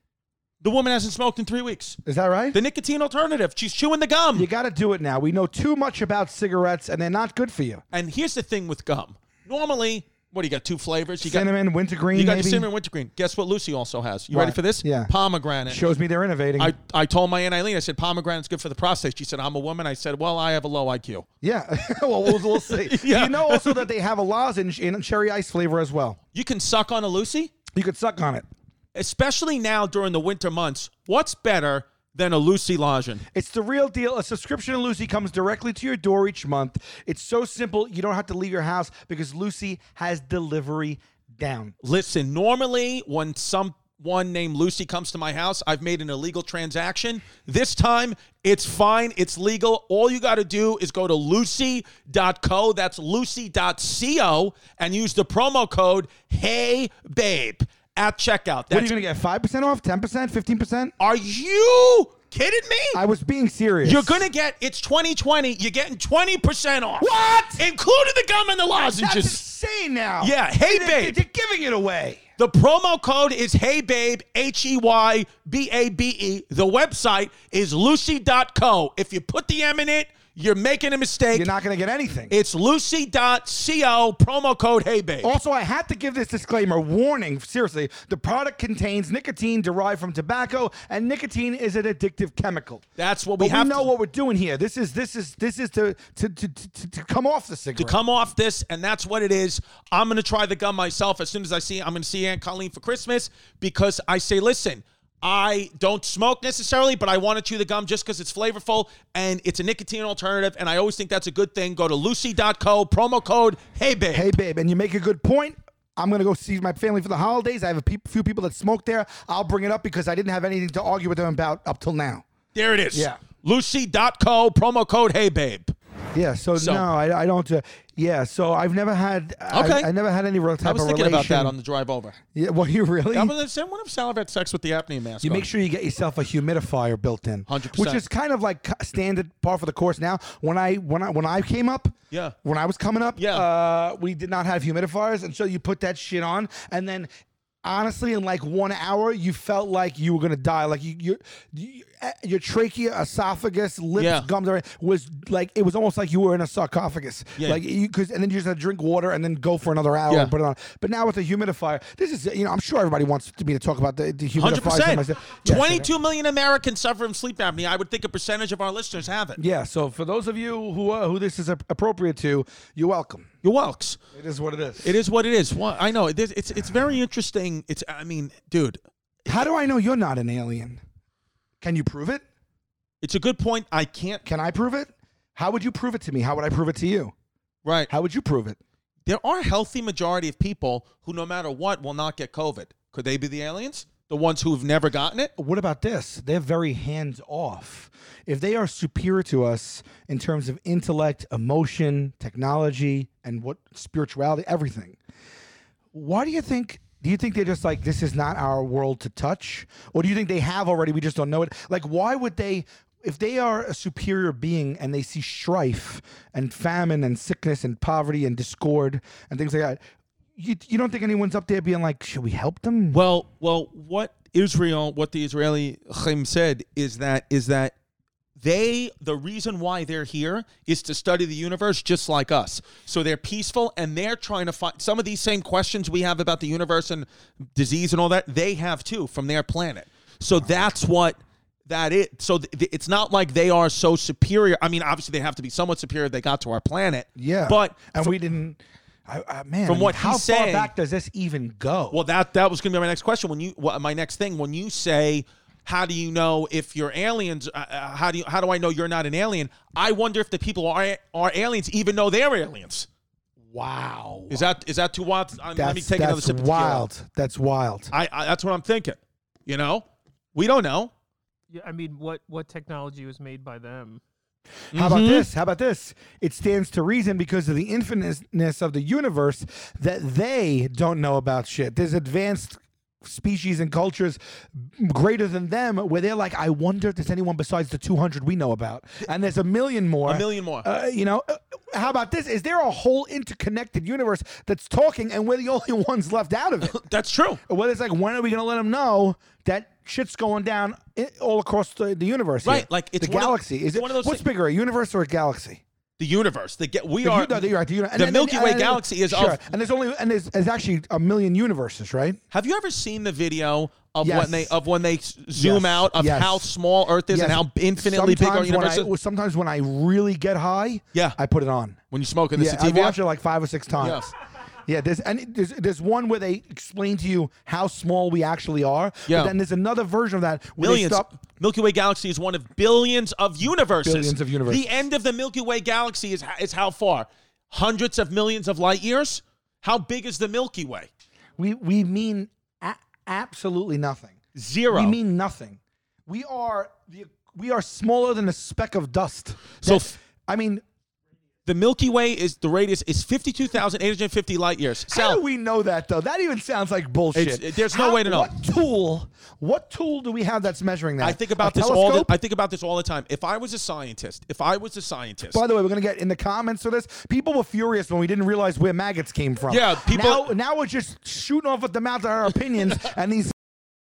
A: The woman hasn't smoked in three weeks.
B: Is that right?
A: The nicotine alternative. She's chewing the gum.
B: you got to do it now. We know too much about cigarettes, and they're not good for you.
A: and here's the thing with gum. Normally, what do you got? Two flavors. You got
B: Cinnamon, wintergreen,
A: You got
B: maybe.
A: your cinnamon winter green. Guess what Lucy also has? You
B: What?
A: ready for this?
B: Yeah.
A: Pomegranate.
B: Shows me they're innovating.
A: I, I told my Aunt Eileen, I said, pomegranate's good for the prostate. She said, I'm a woman. I said, well, I have a low IQ.
B: yeah. well, we'll, we'll see.
A: Yeah.
B: You know also that they have a lozenge in cherry ice flavor as well.
A: You can suck on a Lucy,
B: You could suck on it.
A: especially now during the winter months. What's better than a Lucy Lozenge?
B: It's the real deal. A subscription to Lucy comes directly to your door each month. It's so simple, you don't have to leave your house because Lucy has delivery down.
A: Listen, normally when someone named Lucy comes to my house, I've made an illegal transaction. This time, it's fine. It's legal. All you got to do is go to lucy.co. That's lucy.co and use the promo code Hey Babe at checkout. That's
B: What are you going to get? 5% off? 10%? 15%?
A: Are you kidding me?
B: I was being serious.
A: You're gonna get it's 2020. You're getting 20 percent off. What? Including the gum and the
B: That's
A: lozenges.
B: insane. saying now.
A: Yeah, hey,
B: They-
A: babe.
B: They, are giving it away.
A: The promo code is Hey Babe, H E Y B A B E. The website is lucy.co. If you put the M in it, you're making a mistake.
B: You're not going to get anything.
A: it's lucy.co, promo code Hey Babe.
B: Also, I had to give this disclaimer warning seriously, the product contains nicotine derived from tobacco, and nicotine is an addictive chemical.
A: That's what
B: But
A: we
B: we
A: have
B: know
A: to-
B: what we're doing here. This is this is this is to to to, to, to come off the cigarette.
A: to come off this, and that's what it is. I'm gonna try the gum myself as soon as I see. I'm gonna see Aunt Colleen for Christmas because I say, listen, I don't smoke necessarily, but I want to chew the gum just because it's flavorful and it's a nicotine alternative, and I always think that's a good thing. Go to Lucy.co promo code Hey Babe.
B: hey babe, and you make a good point. I'm gonna go see my family for the holidays. I have a pe- few people that smoke there. I'll bring it up because I didn't have anything to argue with them about up till now.
A: There it is.
B: Yeah.
A: Lucy.co promo code Hey Babe.
B: Yeah, so,
A: So-
B: no, I, I don't. Uh, yeah, so I've never had.
A: Okay.
B: I, I never had any real type
A: I was
B: of
A: thinking
B: relation.
A: about that on the drive over.
B: yeah, well, you really?
A: I was saying, what if Sal had sex with the apnea mask?
B: You
A: on?
B: make sure you get yourself a humidifier built in,
A: 100%.
B: which is kind of like cu- standard par for the course now. When I when I when I came up,
A: Yeah.
B: when I was coming up,
A: Yeah.
B: uh, we did not have humidifiers, and so you put that shit on, and then. Honestly, in like one hour, you felt like you were gonna die. Like you, you, you eh, your trachea, esophagus, lips,
A: Yeah.
B: gums, everything was like it was almost like you were in a sarcophagus.
A: Yeah.
B: Like you, because and then you just had to drink water and then go for another hour
A: Yeah.
B: and put it on. But now with a humidifier, this is you know I'm sure everybody wants me to talk about the, the humidifier.
A: Hundred percent.
B: Somebody said- Yeah, so-
A: Twenty-two million Americans suffer from sleep apnea. I would think a percentage of our listeners have it.
B: Yeah. So for those of you who uh, who this is ap- appropriate to, you're welcome.
A: Your walks.
B: It is what it is.
A: It is what it is. Well, I know. It is, it's it's very interesting. It's I mean, dude,
B: How do I know you're not an alien? Can you prove it?
A: it's a good point. I can't.
B: Can I prove it? How would you prove it to me? How would I prove it to you?
A: Right.
B: How would you prove it?
A: There are a healthy majority of people who, no matter what, will not get COVID. Could they be the aliens? The ones who've never gotten it?
B: What about this? They're very hands off. If they are superior to us in terms of intellect, emotion, technology, and what spirituality, everything, why do you think? Do you think they're just like this is not our world to touch, or do you think they have already? We just don't know it. Like, why would they? If they are a superior being and they see strife and famine and sickness and poverty and discord and things like that, you, you don't think anyone's up there being like, should we help them?
A: Well, well, what Israel, what the Israeli Chaim said is that is that they the reason why they're here is to study the universe just like us. So they're peaceful and they're trying to find some of these same questions we have about the universe and disease and all that. They have too from their planet. So that's what that it. So th- th- it's not like they are so superior. I mean, obviously they have to be somewhat superior. They got to our planet.
B: Yeah,
A: but
B: and we didn't. I, I, man,
A: From
B: I mean,
A: what
B: how
A: he's
B: far
A: saying-
B: back does this even go?
A: Well, that that was going to be my next question. When you wha- my next thing when you say how do you know if you're aliens? Uh, uh, how do you how do I know you're not an alien? I wonder if the people are are aliens even though they're aliens.
B: wow,
A: Is that is that too wild? I mean,
B: that's,
A: let me take
B: that's
A: another sip. of tequila.
B: wild. That's wild.
A: I, I that's what I'm thinking. You know, we don't know.
C: Yeah, I mean, what what technology was made by them?
A: Mm-hmm.
B: How about this? How about this? It stands to reason because of the infiniteness of the universe that they don't know about shit. There's advanced species and cultures greater than them where they're like, I wonder if there's anyone besides the 200 we know about. And there's a million more.
A: A million more.
B: Uh, you know, uh, how about this? Is there a whole interconnected universe that's talking and we're the only ones left out of it?
A: That's true.
B: Well, it's like, when are we going to let them know that shit's going down i- all across the, the universe? here?
A: Right, like, it's
B: the
A: one of-
B: galaxy.
A: it's
B: Is it
A: one of those
B: what's
A: thi-
B: bigger, a universe or a galaxy?
A: The universe. The get we
B: The,
A: are.
B: uni- no, you're right, the, uni- and-
A: the
B: and-
A: Milky
B: and-
A: Way
B: and-
A: galaxy is
B: sure.
A: of-
B: and there's only and there's, there's actually a million universes, right?
A: Have you ever seen the video of
B: Yes.
A: when they of when they s- zoom
B: Yes.
A: out of
B: Yes.
A: how small Earth is and
B: Yes.
A: how infinitely big our
B: Sometimes when I-
A: universe is?
B: well, sometimes when I really get high,
A: Yeah.
B: I put it on.
A: When you smoke in the
B: Yeah, I
A: sativa,
B: watch it like five or six times.
A: Yeah.
B: Yeah, there's and it- there's there's one where they explain to you how small we actually are.
A: Yeah.
B: But then there's another version of that where
A: Billions.
B: they stop
A: Milky Way galaxy is one of billions of universes.
B: Billions of universes.
A: The end of the Milky Way galaxy is is how far? Hundreds of millions of light years. How big is the Milky Way?
B: We we mean a- absolutely nothing.
A: Zero.
B: We mean nothing. We are the we are smaller than a speck of dust.
A: So
B: That-
A: f-
B: I mean,
A: The Milky Way is the radius is 52,850 light years.
B: How
A: Sal,
B: do we know that though? That even sounds like bullshit.
A: It's- there's no way to know.
B: What tool? What tool do we have that's measuring that?
A: I think
B: A
A: about this all the,
B: telescope?
A: I think about this all the time. If I was a scientist, if I was a scientist,
B: By the way, we're gonna get in the comments for this. People were furious when we didn't realize where maggots came from.
A: Yeah, people-
B: Now, now we're just shooting off at the mouth our opinions, and these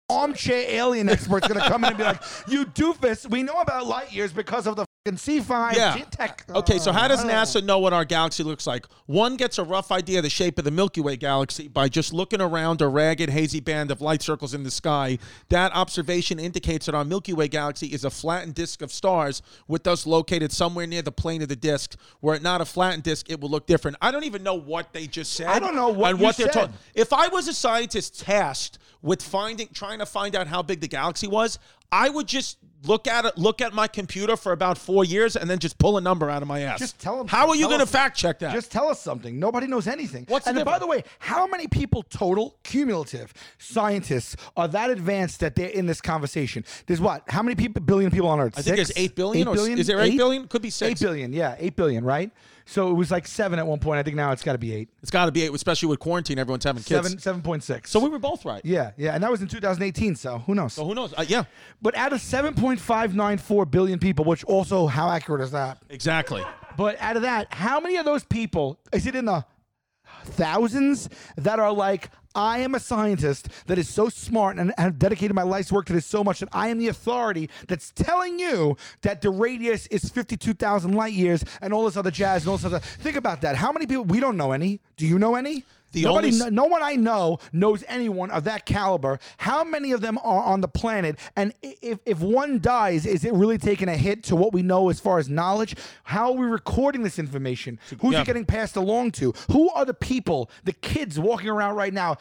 B: armchair alien experts gonna come in and be like, "You doofus! We know about light years because of the fucking C five
A: Yeah.
B: tech."
A: Okay, so how does
B: Uh,
A: NASA know what our galaxy looks like? One gets a rough idea of the shape of the Milky Way galaxy by just looking around a ragged, hazy band of light circles in the sky. That observation indicates that our Milky Way galaxy is a flattened disk of stars, with us located somewhere near the plane of the disk. Were it not a flattened disk, it will look different. I don't even know what they just said.
B: I don't know what
A: and
B: you
A: what they're
B: said.
A: talking. If I was a scientist tasked with finding, trying to find out how big the galaxy was, I would just look at it, look at my computer for about four years, and then just pull a number out of my ass.
B: Just tell 'em-
A: How are you
B: tell
A: going to
B: us-
A: fact check that?
B: Just tell us something. Nobody knows anything.
A: What's the
B: and then, by
A: difference?
B: the way, how many people total, cumulative, scientists are that advanced that they're in this conversation? There's what? How many people? Billion people on Earth?
A: I think
B: Six?
A: there's eight billion,
B: Eight
A: or s-
B: billion?
A: is there eight billion? Could be six.
B: Eight billion. Yeah, eight billion. Right. So it was like seven at one point. I think now it's got to be eight.
A: it's got to be eight, especially with quarantine. Everyone's having kids.
B: Seven. Seven point six.
A: So we were both right.
B: Yeah, yeah, and that was in 2018. So who knows?
A: So who knows? Uh, yeah,
B: But out of 7.594 billion people, which also how accurate is that?
A: exactly.
B: But out of that, how many of those people is it in the thousands that are like, I am a scientist that is so smart and have dedicated my life's work to this so much that I am the authority that's telling you that the radius is 52,000 light years and all this other jazz and all this other. Think about that. How many people? We don't know any. Do you know any?
A: The
B: Nobody,
A: only s-
B: kn- no one I know knows anyone of that caliber. How many of them are on the planet? And i- if, if one dies, is it really taking a hit to what we know as far as knowledge? How are we recording this information? Who's
A: yeah.
B: it getting passed along to? Who are the people, the kids walking around right now,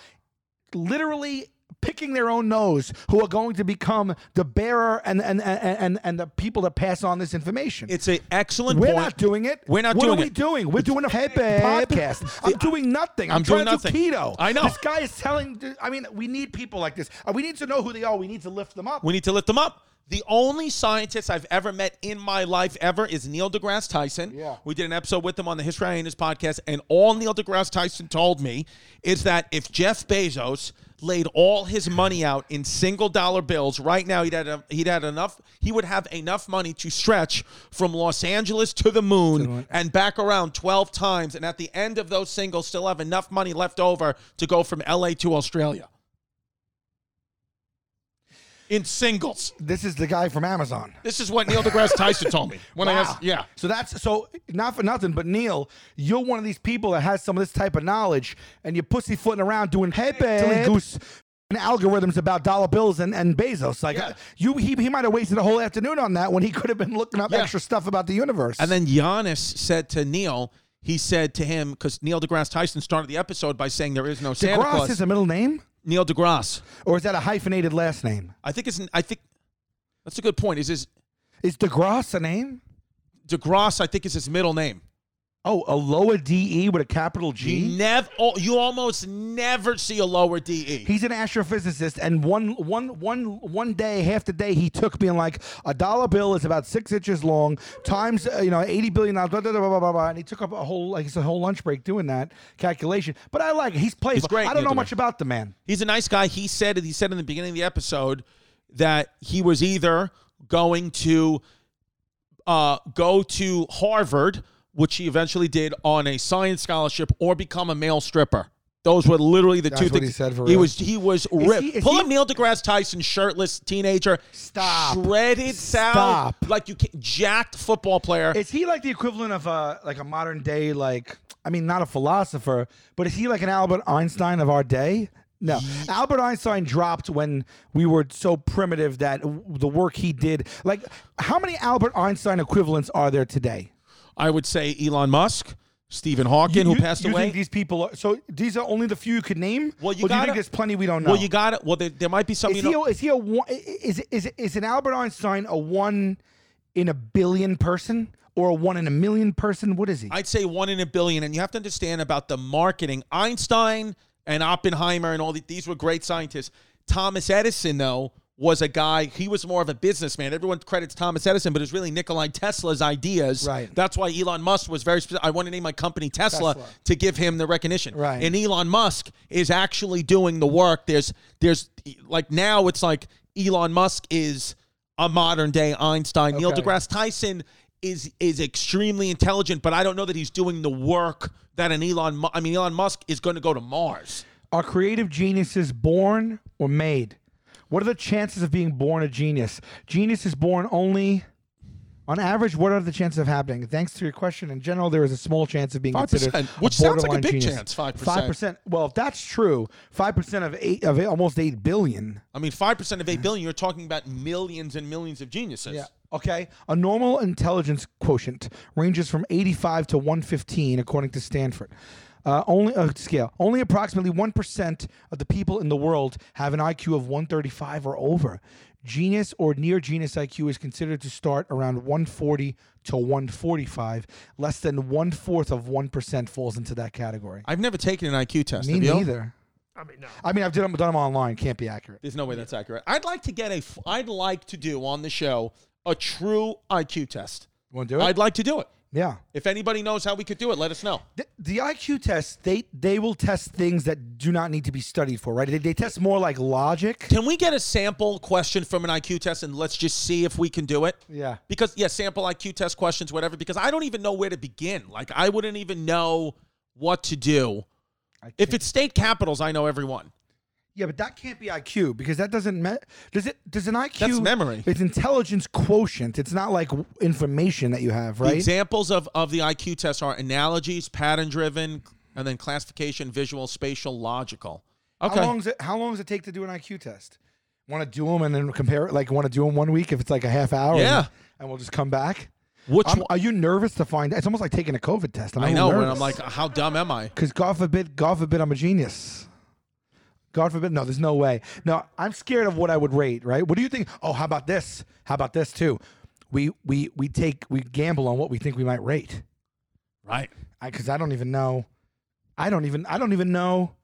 B: literally picking their own nose, who are going to become the bearer and and and and, and the people that pass on this information?
A: It's an excellent
B: We're
A: point.
B: not doing it.
A: We're not
B: what
A: doing
B: are we
A: it.
B: doing? We're doing a podcast. I'm doing nothing. I'm,
A: I'm
B: trying
A: doing
B: to do
A: nothing.
B: keto.
A: I know.
B: This guy is telling. I mean, we need people like this. Uh, We need to know who they are. We need to lift them up.
A: We need to lift them up. The only scientist I've ever met in my life ever is Neil deGrasse Tyson.
B: Yeah.
A: We did an episode with him on the History Hyenas podcast, and all Neil deGrasse Tyson told me is that if Jeff Bezos laid all his money out in single dollar bills right now, he'd had a, he'd had enough. He would have enough money to stretch from Los Angeles to the moon and back around twelve times, and at the end of those singles, still have enough money left over to go from L.A. to Australia in singles.
B: this is the guy from Amazon.
A: This is what Neil deGrasse Tyson told me when I
B: Wow.
A: asked. Yeah.
B: So that's so not for nothing, but Neil, you're one of these people that has some of this type of knowledge, and you're pussyfooting around doing silly goose f***ing algorithms about dollar bills and, and Bezos. Like uh,
A: Yeah.
B: you, he, he might have wasted a whole afternoon on that when he could have been looking up
A: Yeah.
B: extra stuff about the universe.
A: And then Giannis said to Neil, he said to him because Neil deGrasse Tyson started the episode by saying there is no Santa
B: DeGrasse
A: Claus.
B: is a middle name,
A: Neil deGrasse.
B: or is that a hyphenated last name?
A: I think it's. I think that's a good point. Is his
B: Is DeGrasse a name?
A: deGrasse? I think is his middle name.
B: Oh, a lower DE with a capital G.
A: You never. You almost never see a lower E. DE.
B: He's an astrophysicist, and one one one one day, half the day, he took being like a dollar bill is about six inches long times uh, you know eighty billion dollars, blah, blah, blah, blah, blah, blah, and he took up a whole like it's a whole lunch break doing that calculation. But I like it. he's playful.
A: great,
B: I don't
A: Neil
B: know
A: deGrasse.
B: much about the man.
A: He's a nice guy. He said he said in the beginning of the episode that he was either going to uh, go to Harvard, which he eventually did on a science scholarship, or become a male stripper. Those were literally the two
B: what
A: things
B: he said for
A: he
B: real.
A: was. He was ripped.
B: he- is
A: Pull
B: he-
A: up Neil deGrasse Tyson, shirtless teenager,
B: Stop.
A: shredded, Sal,
B: Stop.
A: like you can't, jacked football player.
B: Is he like the equivalent of a like a modern day like I mean not a philosopher, but is he like an Albert Einstein of our day? No, Albert Einstein dropped when we were so primitive that w- the work he did. Like, how many Albert Einstein equivalents are there today?
A: I would say Elon Musk, Stephen Hawking, who passed
B: you
A: away.
B: Think these people. Are, so these are only the few you could name.
A: Well, you
B: or do you
A: gotta-
B: think there's plenty we don't know.
A: well, you got it. Well, there, there might be something.
B: is
A: you
B: he?
A: know-
B: A, is he a one? Is is is an Albert Einstein a one in a billion person or a one in a million person? What is he?
A: I'd say one in a billion. And you have to understand about the marketing. Einstein and Oppenheimer and all the, these were great scientists. Thomas Edison, though, was a guy, he was more of a businessman. Everyone credits Thomas Edison, but it's really Nikolai Tesla's ideas.
B: Right.
A: That's why Elon Musk was very specific. I want to name my company Tesla,
B: Tesla.
A: to give him the recognition.
B: Right.
A: And Elon Musk is actually doing the work. There's there's like now it's like Elon Musk is a modern day Einstein. Neil
B: Okay.
A: deGrasse Tyson is is extremely intelligent, but I don't know that he's doing the work that an Elon Mu- I mean Elon Musk is going to go to Mars.
B: Are creative geniuses born or made? What are the chances of being born a genius? Genius is born only. On average, what are the chances of happening? Thanks to your question, in general, there is a small chance of being considered
A: 5%,
B: a
A: which sounds like a
B: borderline
A: big
B: genius.
A: chance, 5%.
B: Five percent. Well, if that's true, five percent of eight of almost eight billion.
A: I mean 5% of 8 billion you're talking about millions and millions of geniuses.
B: Okay. A normal intelligence quotient ranges from 85 to 115, according to Stanford. Uh, only uh, scale. Only approximately one percent of the people in the world have an IQ of 135 or over. Genius or near genius IQ is considered to start around 140 to 145. Less than one fourth of one percent falls into that category.
A: I've never taken an IQ test.
B: Me
A: have you?
B: neither.
C: I mean, no.
B: I mean, I've done, done them online. Can't be accurate.
A: There's no way that's accurate. I'd like to get a. f- I'd like to do on the show a true IQ test.
B: Want to do it?
A: I'd like to do it.
B: yeah.
A: If anybody knows how we could do it, let us know.
B: The, the IQ test, they they will test things that do not need to be studied for, right? They, they test more like logic.
A: Can we get a sample question from an IQ test and let's just see if we can do it?
B: Yeah.
A: Because yeah, sample IQ test questions, whatever. Because I don't even know where to begin. Like I wouldn't even know what to do. If it's state capitals, I know everyone.
B: Yeah, but that can't be IQ because that doesn't me- does it does an IQ
A: That's memory.
B: It's intelligence quotient. It's not like w- information that you have,
A: The
B: right?
A: Examples of, of the IQ tests are analogies, pattern driven, and then classification, visual, spatial, logical. Okay.
B: How long does it how long does it take to do an IQ test? Want to do them and then compare it? Like want to do them one week if it's like a half hour?
A: Yeah.
B: and, and we'll just come back.
A: Which
B: I'm-
A: one-
B: are you nervous to find? It's almost like taking a COVID test. I'm
A: I know, and I'm like, how dumb am I?
B: Because God forbid, God forbid, I'm a genius. God forbid, no, there's no way. No, I'm scared of what I would rate. Right? What do you think? Oh, how about this? How about this too? We we we take we gamble on what we think we might rate.
A: Right.
B: Because I, don't even know. I don't even I don't even know.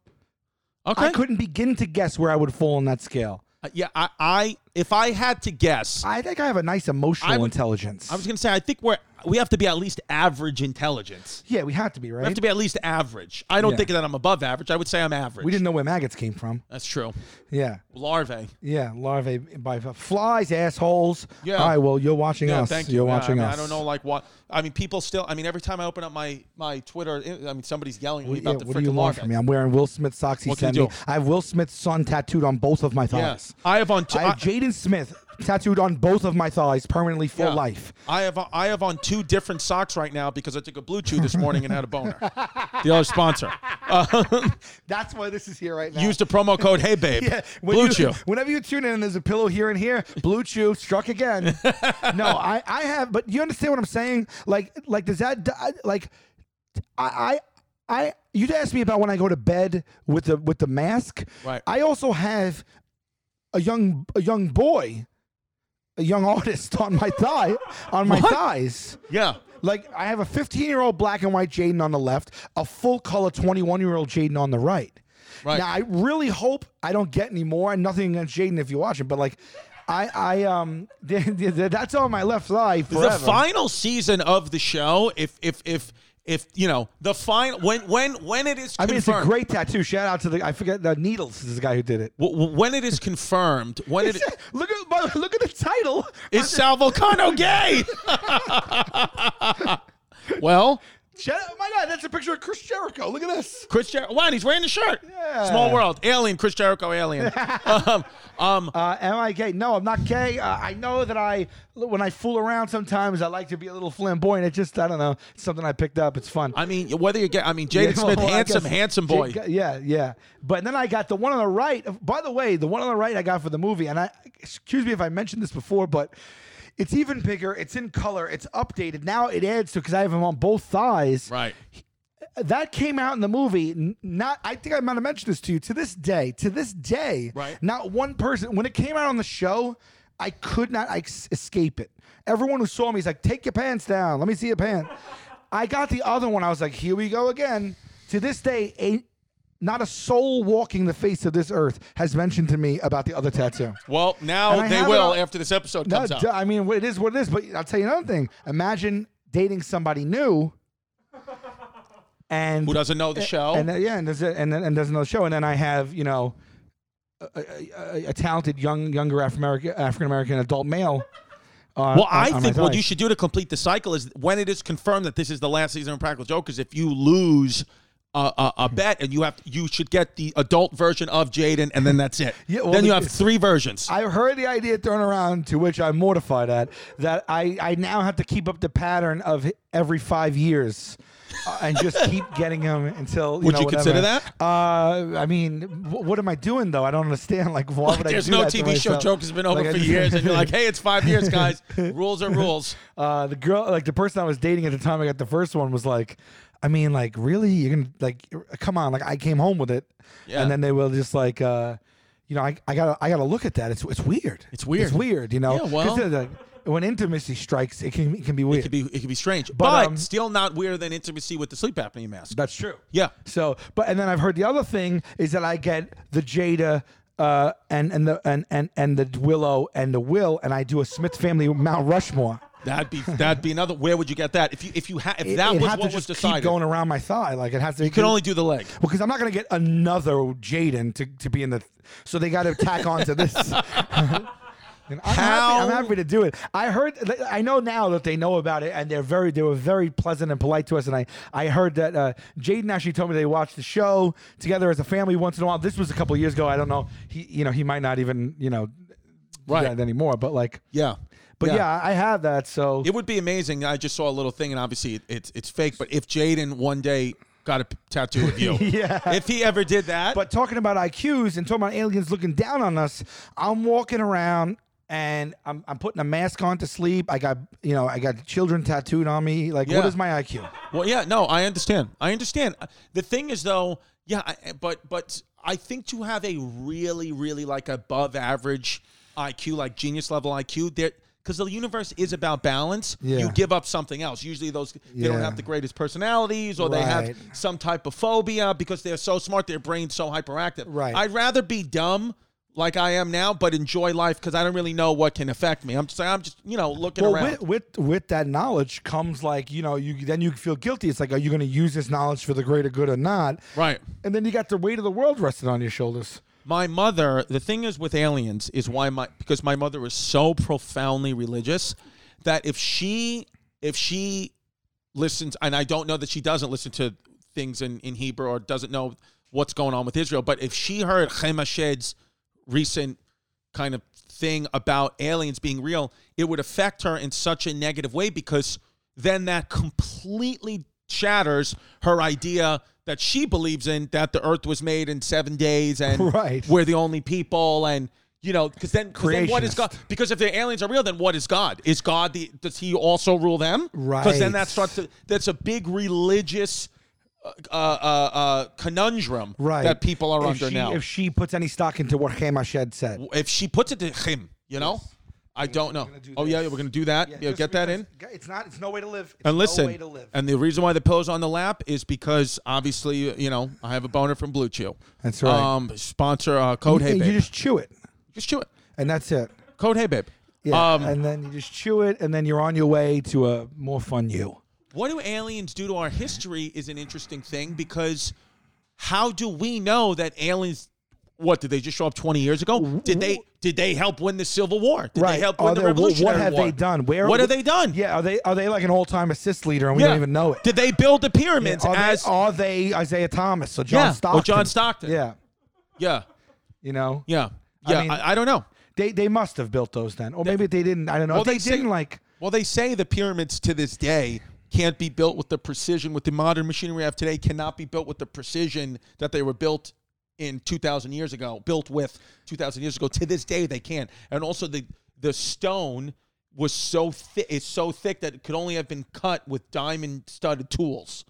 A: Okay.
B: I couldn't begin to guess where I would fall on that scale.
A: Uh, yeah, I, I if I had to guess,
B: I think I have a nice emotional
A: I would-
B: intelligence.
A: I was gonna say I think we're we have to be at least average intelligence.
B: yeah, we had to be
A: We have
B: right.
A: to be at least average. I don't
B: Yeah.
A: think that I'm above average. I would say I'm average.
B: we didn't know where maggots came from.
A: That's true.
B: Yeah,
A: Larvae.
B: yeah. Larvae by flies, assholes.
A: Yeah.
B: All right. Well, you're watching
A: Yeah,
B: us.
A: thank you.
B: You're
A: Yeah,
B: watching
A: I mean,
B: us.
A: I don't know, like what. I mean, people still. I mean, every time I open up my my Twitter, I mean, somebody's yelling at me
B: Yeah,
A: about the
B: what do you
A: freaking
B: want
A: larvae.
B: from me? I'm wearing Will Smith socks. He
A: What can
B: sent
A: you
B: me.
A: do?
B: I have Will Smith's son tattooed on both of my thighs.
A: Yes, I have on. T-
B: I have Jaden Smith tattooed on both of my thighs permanently for
A: yeah.
B: life.
A: I have I have on two different socks right now because I took a blue chew this morning and had a boner. the other sponsor.
B: That's why this is here right now.
A: Use the promo code Hey Babe.
B: yeah, when
A: Blue
B: you-
A: Chew.
B: Whenever you tune in and there's a pillow here and here, Blue Chew struck again. no, I, I have, but you understand what I'm saying? Like, like does that I- like, I, I, I, you'd ask me about when I go to bed with the with the mask.
A: Right.
B: I also have a young a young boy, a young artist on my thigh, on my thighs.
A: Yeah.
B: Like I have a 15 year old black and white Jaden on the left, a full color 21 year old Jaden on the right.
A: Right.
B: Now I really hope I don't get any more. And nothing against Jaden if you're watching, but like, I I um that's on my left thigh forever.
A: The final season of the show, if if if if you know the final when when when it is
B: I mean,
A: confirmed,
B: it's a great tattoo. Shout out to the I forget the needles is the guy who did it.
A: w- w- when it is confirmed, when it
B: look at but look at the title.
A: is Sal Volcano gay? well,
B: Shout out- my God, that's a picture of Chris Jericho. Look at this.
A: Chris Jericho, wow, he's wearing the shirt.
B: Yeah.
A: Small world, alien, Chris Jericho, alien. um, um,
B: Uh, am I gay? No, I'm not gay. Uh, I know that I, when I fool around sometimes, I like to be a little flamboyant. It just, I don't know, it's something I picked up. It's fun.
A: I mean, whether you're gay, I mean, Jaden
B: Yeah,
A: Smith,
B: well, I
A: handsome,
B: guess-
A: handsome boy.
B: Yeah, yeah. But then I got the one on the right. By the way, the one on the right I got for the movie, and I excuse me if I mentioned this before, but it's even bigger. It's in color. It's updated now. It adds to because I have him on both thighs.
A: Right.
B: That came out in the movie. n- Not, I think I might have mentioned this to you. To this day, to this day,
A: Right.
B: Not one person. When it came out on the show, I could not ex- escape it. Everyone who saw me is like, "Take your pants down. Let me see your pants." I got the other one. I was like, "Here we go again." To this day, eight, Not a soul walking the face of this earth has mentioned to me about the other tattoo.
A: Well, now
B: And I
A: they
B: have it
A: will
B: on-
A: after this episode
B: No,
A: comes out.
B: duh, I mean, it is what it is. But I'll tell you another thing. Imagine dating somebody new, and
A: Who doesn't know the show?
B: and uh, yeah, and there's a, and then and there's another show, and then I have you know a, a, a, a talented young younger African American African American adult male. Uh,
A: well,
B: on-
A: I
B: on my
A: think what
B: side.
A: you should do to complete the cycle is when it is confirmed that this is the last season of Practical Jokers. If you lose a, a, a bet, and you have you should get the adult version of Jaden, and then that's it.
B: Yeah, well,
A: then you
B: the-
A: have three versions.
B: I heard the idea thrown around, to which I'm mortified at that I, I now have to keep up the pattern of every five years, uh, and just keep getting them until you
A: Would
B: know,
A: you
B: whatever.
A: consider that?
B: Uh, I I mean, wh- what am I doing though? I don't understand. Like, why would I
A: There's
B: do
A: no
B: that to
A: TV show.
B: myself?
A: Joke has been over
B: Like, I
A: for
B: just-
A: years, and you're like, "Hey, it's five years, guys. rules are rules."
B: uh, the girl, like the person I was dating at the time I got the first one was like, I mean, like really, you're gonna like, come on, like I came home with it,
A: Yeah.
B: and then they were just like, uh, you know, I, I gotta I gotta look at that. It's it's weird.
A: It's weird.
B: It's weird. You know.
A: Yeah, well-
B: 'Cause they're like- when intimacy strikes, it can it can be
A: It
B: weird.
A: could be it could be strange, but,
B: um,
A: still not weirder than intimacy with the sleep apnea mask.
B: That's true.
A: Yeah.
B: So, but and then I've heard the other thing is that I get the Jada uh, and and the and, and and the Willow and the Will, and I do a Smith family Mount Rushmore.
A: That'd be that'd be another. Where would you get that if you if you ha- if that
B: it, it
A: was
B: had
A: what
B: to
A: was
B: just
A: decided?
B: keep going around my thigh. Like it has to.
A: you can only do the leg.
B: because I'm not going to get another Jaden to, to be in the. So they got to tack on to this. And I'm, happy,
A: How-
B: I'm happy to do it. I heard, I know now that they know about it, and they're very, they were very pleasant and polite to us. And I, I heard that uh, Jaden actually told me they watched the show together as a family once in a while. This was a couple years ago. I don't know. He, you know, he might not even, you know, do
A: Right.
B: that anymore. But like,
A: Yeah.
B: but yeah, I have that. So
A: It would be amazing. I just saw a little thing, and obviously it, it's it's fake. But if Jaden one day got a p- tattoo of you,
B: Yeah.
A: if he ever did that,
B: But talking about IQs and talking about aliens looking down on us, I'm walking around and I'm, I'm putting a mask on to sleep. I got you know I got children tattooed on me. Like what
A: Yeah.
B: is my IQ?
A: well, yeah, no, I understand. I understand. Uh, The thing is, though, yeah, I, eh, but but I think to have a really really like above average IQ, like genius level IQ, there. Because the universe is about balance,
B: Yeah.
A: you give up something else. Usually, those they don't
B: Yeah.
A: have the greatest personalities, or they
B: Right.
A: have some type of phobia because they're so smart, their brain's so hyperactive.
B: Right.
A: I'd rather be dumb like I am now, but enjoy life because I don't really know what can affect me. I'm just I'm just you know looking
B: Well,
A: around.
B: with, with with that knowledge comes like you know you then you feel guilty. It's like are you going to use this knowledge for the greater good or not?
A: Right.
B: And then you got the weight of the world resting on your shoulders.
A: my mother the thing is with aliens is why my because my mother is so profoundly religious that if she if she listens and i don't know that she doesn't listen to things in, in hebrew or doesn't know what's going on with israel but if she heard chemashed's recent kind of thing about aliens being real it would affect her in such a negative way because then that completely shatters her idea that she believes in that the earth was made in seven days and
B: Right.
A: we're the only people and you know because then, 'cause then what is
B: Creationist.
A: god because if the aliens are real then what is god is god the does he also rule them because then
B: Right.
A: that starts to that's a big religious uh, uh, uh, conundrum
B: Right.
A: that people are
B: If
A: under
B: she-
A: now
B: If
A: if she,
B: she puts any stock into what Hema Shed said.
A: puts it to him you know i don't know
B: do
A: oh yeah
B: this.
A: we're gonna do that yeah, get that in
B: It's not. It's no way to live. It's
A: and listen
B: no way to live.
A: and the reason why the pillow's on the lap is because obviously you know i have a boner from blue chew
B: That's right.
A: um sponsor uh, code hey
B: you,
A: babe
B: you just chew it,
A: just chew it
B: and that's it.
A: code hey babe
B: Yeah,
A: um,
B: and then you just chew it, and then you're on your way to a more fun you.
A: what do aliens do to our history is an interesting thing because how do we know that aliens what did they just show up 20 years ago did they did they help win the civil war did they help win
B: Are
A: the
B: there- wh-
A: revolutionary
B: What have
A: war
B: they done? Where?
A: what have they done
B: Yeah, are they are they like an all time assist leader, and we
A: Yeah.
B: don't even know it?
A: did they build the
B: Yeah,
A: pyramids
B: are,
A: as
B: they, are they Isaiah Thomas or
A: Yeah,
B: John
A: or
B: Stockton?
A: John Stockton.
B: Yeah,
A: yeah
B: you know.
A: yeah
B: I
A: yeah I,
B: mean-
A: I, don't know
B: They they must have built those then, or maybe they didn't. I don't know.
A: Well,
B: if they,
A: they say-
B: didn't like.
A: well they say the pyramids to this day can't be built with the precision with the modern machinery we have today cannot be built with the precision that they were built in 2000 years ago built with 2000 years ago to this day they can and also the the stone was so thick is so thick that it could only have been cut with diamond studded tools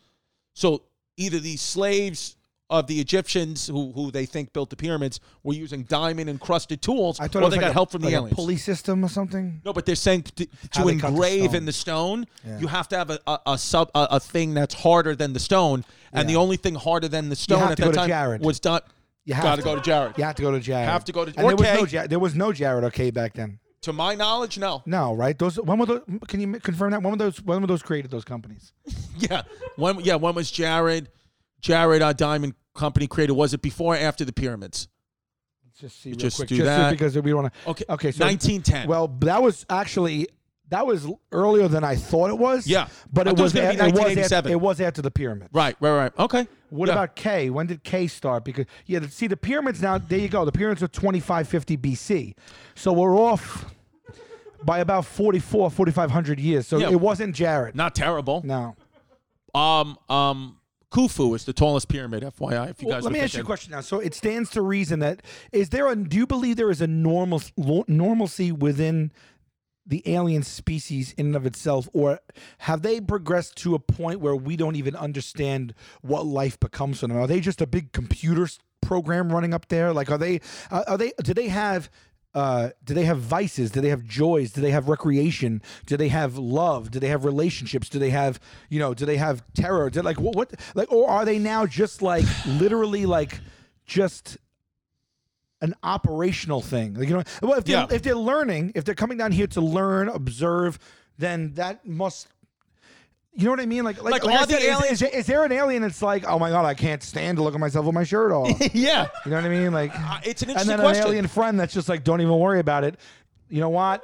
A: so either these slaves of the Egyptians who who they think built the pyramids were using diamond encrusted tools.
B: I
A: I
B: thought it
A: well,
B: was
A: they
B: like
A: got
B: a-
A: help from
B: like
A: the
B: a
A: aliens.
B: pulley system or something.
A: No, but they're saying to,
B: How
A: to
B: they cut the
A: engrave
B: stone.
A: in the stone,
B: Yeah.
A: you have to have a, a, a sub a, a thing that's harder than the stone, and the
B: Yeah.
A: only thing harder than the stone
B: have
A: at
B: to
A: that
B: go to
A: time
B: Jared.
A: was done.
B: You have
A: got to
B: to.
A: go to Jared.
B: You have to go to Jared.
A: Have to go to-
B: And
A: or
B: there was
A: Kay.
B: no Jared. There was no Jared okay back then.
A: To my knowledge, no.
B: No, right? Those when were those? Can you confirm that? When were those? When were those created? Those companies?
A: Yeah, when yeah when was Jared? Jared uh, Diamond Company created. Was it before or after the pyramids?
B: Let's just see real
A: Just
B: quick.
A: do
B: just
A: that.
B: because we want to.
A: Okay,
B: Okay. So
A: 1910.
B: Well, that was actually that was earlier than I thought it was.
A: Yeah.
B: but
A: I
B: it
A: thought it was
B: was,
A: gonna
B: at-
A: be
B: it was after,
A: 1987.
B: it was after the pyramid.
A: right, right, right. Okay.
B: What
A: Yeah.
B: about K? When did K start? Because yeah, the- see the pyramids now. There you go. The pyramids are 2550 BC, so we're off by about 44, 4500 years. So
A: Yeah.
B: it wasn't Jared.
A: not terrible?
B: No.
A: Um um Khufu is the tallest pyramid, FYI. If you
B: Well,
A: guys
B: let
A: were
B: me ask you a
A: thinking.
B: question now. So it stands to reason that is there a do you believe there is a normal lo- normalcy within the alien species in and of itself, or have they progressed to a point where we don't even understand what life becomes for them? Are they just a big computer s- program running up there? Like, are they are are they do they have uh, do they have vices? Do they have joys? Do they have recreation? Do they have love? Do they have relationships? Do they have you know? Do they have terror? Do like what, what like or are they now just like literally like just an operational thing? Like you know, well if they're,
A: Yeah.
B: if they're learning, if they're coming down here to learn, observe, then that must. You know what I mean? Like, like,
A: Like,
B: like I
A: are the
B: said, is-
A: aliens-
B: Is, there- is there an alien that's like, oh my god, I can't stand to look at myself with my shirt off?
A: yeah.
B: You know what I mean? Like,
A: Uh, it's an
B: and
A: interesting
B: then
A: question.
B: an alien friend that's just like, don't even worry about it. You know what?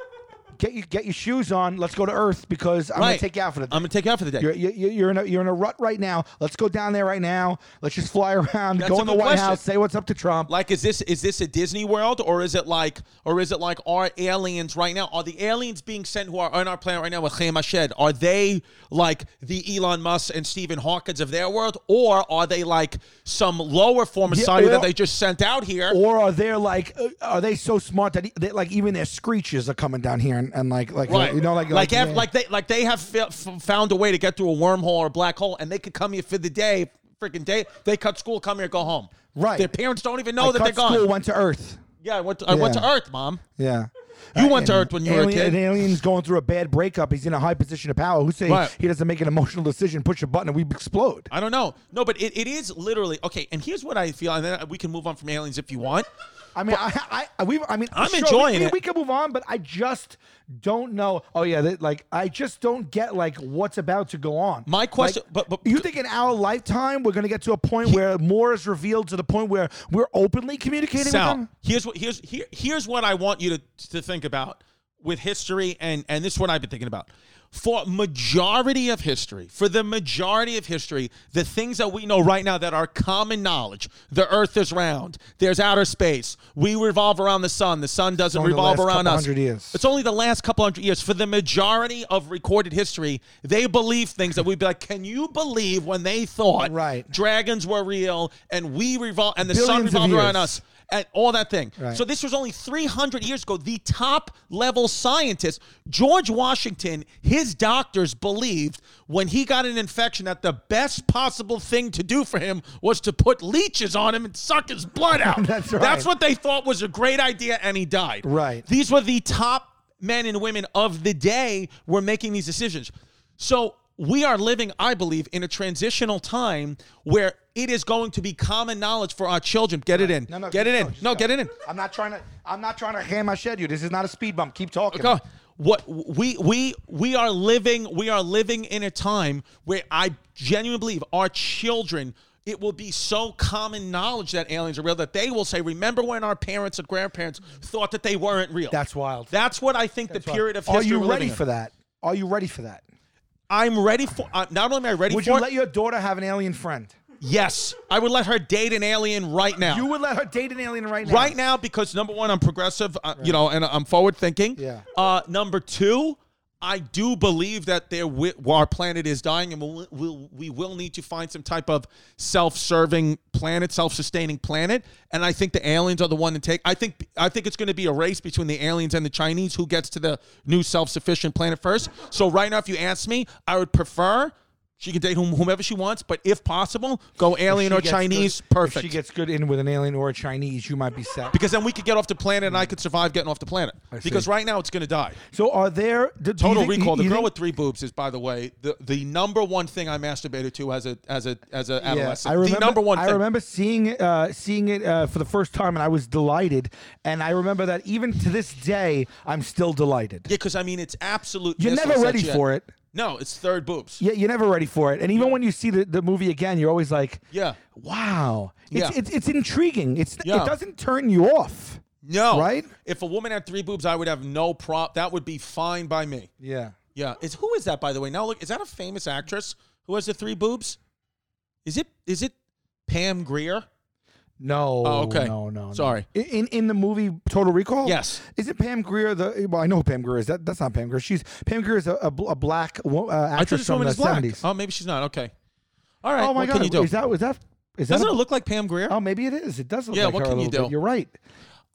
B: Get you get your shoes on. Let's go to Earth because I'm gonna
A: Right.
B: take you out for the day.
A: I'm gonna take you out for the day.
B: you're, you- you- you're in a you're in a rut right now. Let's go down there right now. Let's just fly around,
A: That's
B: go
A: a
B: in the
A: good
B: White
A: question.
B: House, say what's up to Trump.
A: like is this is this a Disney World or is it like or is it like are aliens right now? Are the aliens being sent who are on our planet right now with Khaim Ashed? Are they like the Elon Musk and Stephen Hawkins of their world, or are they like some lower form of
B: Yeah,
A: society
B: or-
A: that they just sent out here?
B: or are they like uh, are they so smart that, e- that like even their screeches are coming down here and, and like like
A: Right,
B: you know like
A: like
B: yeah.
A: af- like they like they have fi- f- found a way to get through a wormhole or a black hole, and they could come here for the day, freaking day. They cut school, come here, go home.
B: Right.
A: Their parents don't even know
B: I
A: that
B: cut
A: they're gone.
B: school, went to Earth.
A: yeah, I went to, I went
B: Yeah.
A: to Earth, mom.
B: Yeah.
A: You
B: Uh,
A: went to
B: and
A: Earth when you were a
B: alien-
A: kid.
B: An alien's going through a bad breakup. He's in a high position of power. Who's saying
A: Right.
B: he doesn't make an emotional decision, push a button, and we explode?
A: I don't know. No, but it, it is literally okay. And here's what I feel, and then we can move on from aliens if you want.
B: I mean, I, I, we, I mean,
A: I'm
B: sure,
A: enjoying
B: we,
A: it.
B: We can move on, but I just don't know. Oh yeah, that, like I just don't get like what's about to go on.
A: My question-
B: Like,
A: but- but-
B: you think in our lifetime we're gonna get to a point where more is revealed to the point where we're openly communicating with
A: Sal,
B: them?
A: here's what here's here here's what I want you to to think about with history, and and this is what I've been thinking about. For majority of history, for the majority of history, the things that we know right now that are common knowledge, the Earth is round, there's outer space, we revolve around the sun, the sun doesn't
B: only the
A: revolve
B: last
A: around
B: couple
A: us.
B: hundred years.
A: It's only the last couple hundred years. For the majority of recorded history, they believe things that we'd be like, can you believe when they thought
B: Right.
A: dragons were real and we revolve and the sun
B: Billions of
A: revolved around
B: years.
A: us? and all that thing.
B: Right.
A: So this was only 300 years ago. The top level scientist, George Washington, his doctors believed when he got an infection that the best possible thing to do for him was to put leeches on him and suck his blood out.
B: That's right.
A: That's what they thought was a great idea, and he died.
B: Right.
A: These were the top men and women of the day were making these decisions. So we are living, I believe, in a transitional time where it is going to be common knowledge for our children. Get it in.
B: No, no,
A: get
B: keep-
A: it
B: no,
A: in.
B: just
A: No,
B: go.
A: get it in.
B: I'm not trying to. I'm not trying to hand my shed you. This is not a speed bump. Keep talking.
A: Go. What we we we are living we are living in a time where I genuinely believe our children it will be so common knowledge that aliens are real that they will say remember when our parents and grandparents thought that they weren't real.
B: That's wild.
A: That's what I think the period of
B: Are
A: history.
B: you
A: we're
B: ready
A: living in.
B: for that? Are you ready for that?
A: I'm ready for. Uh, not only am I ready
B: Would
A: for.
B: you
A: it,
B: let your daughter have an alien friend?
A: yes, I would let her date an alien right now.
B: You would let her date an alien right now.
A: right now because number one, I'm progressive, uh, you know, and I'm forward thinking.
B: Yeah.
A: Uh, number two, I do believe that there wi- well, our planet is dying, and we'll, we'll, we will need to find some type of self-serving planet, self-sustaining planet. And I think the aliens are the one to take. I think I think it's going to be a race between the aliens and the Chinese who gets to the new self-sufficient planet first. So right now, if you ask me, I would prefer She can date whom, whomever she wants, but if possible, go alien
B: If
A: or
B: she gets
A: Chinese.
B: good- if
A: perfect.
B: she gets good in with an alien or a Chinese, you might be set.
A: because then we could get off the planet,
B: Mm.
A: and I could survive getting off the planet. Because right now it's going to die.
B: So are there do- do you
A: Total
B: think-
A: Recall.
B: you-
A: The
B: you
A: girl
B: think-
A: with three boobs is, by the way, the, the number one thing I masturbated to as a as a as a
B: Yeah,
A: adolescent.
B: I remember,
A: the number one.
B: I
A: thing.
B: remember seeing it, uh, seeing it uh, for the first time, and I was delighted. And I remember that even to this day, I'm still delighted.
A: Yeah, because I mean, it's absolute.
B: You're
A: missile
B: never
A: that
B: ready
A: you-
B: for it.
A: No, it's third boobs.
B: Yeah, you're never ready for it. And even when you see the, the movie again, you're always like,
A: Yeah.
B: wow, it's
A: Yeah.
B: it's, it's intriguing. It's
A: Yeah.
B: it doesn't turn you off.
A: No,
B: Right?
A: If a woman had three boobs, I would have no prop. That would be fine by me.
B: Yeah,
A: Yeah. It's who is that by the way? Now look, is that a famous actress who has the three boobs? Is it is it Pam Greer?
B: no,
A: Oh, okay.
B: no, no, no.
A: Sorry.
B: I- In in the movie Total Recall,
A: Yes.
B: is it Pam Grier? The well, I know who Pam Grier is. That that's not Pam Grier. She's Pam Grier is a, a, bl- a black wo- uh,
A: I thought
B: actress
A: this
B: from
A: woman
B: the
A: is black.
B: seventies.
A: Oh, maybe she's not. Okay. All right.
B: Oh my
A: what
B: god,
A: can you do?
B: is that was that is
A: Doesn't
B: that a-
A: it look like Pam Greer?
B: Oh, maybe it is. It does look
A: Yeah,
B: like
A: what
B: her a
A: can you
B: little bit.
A: do?
B: You're right.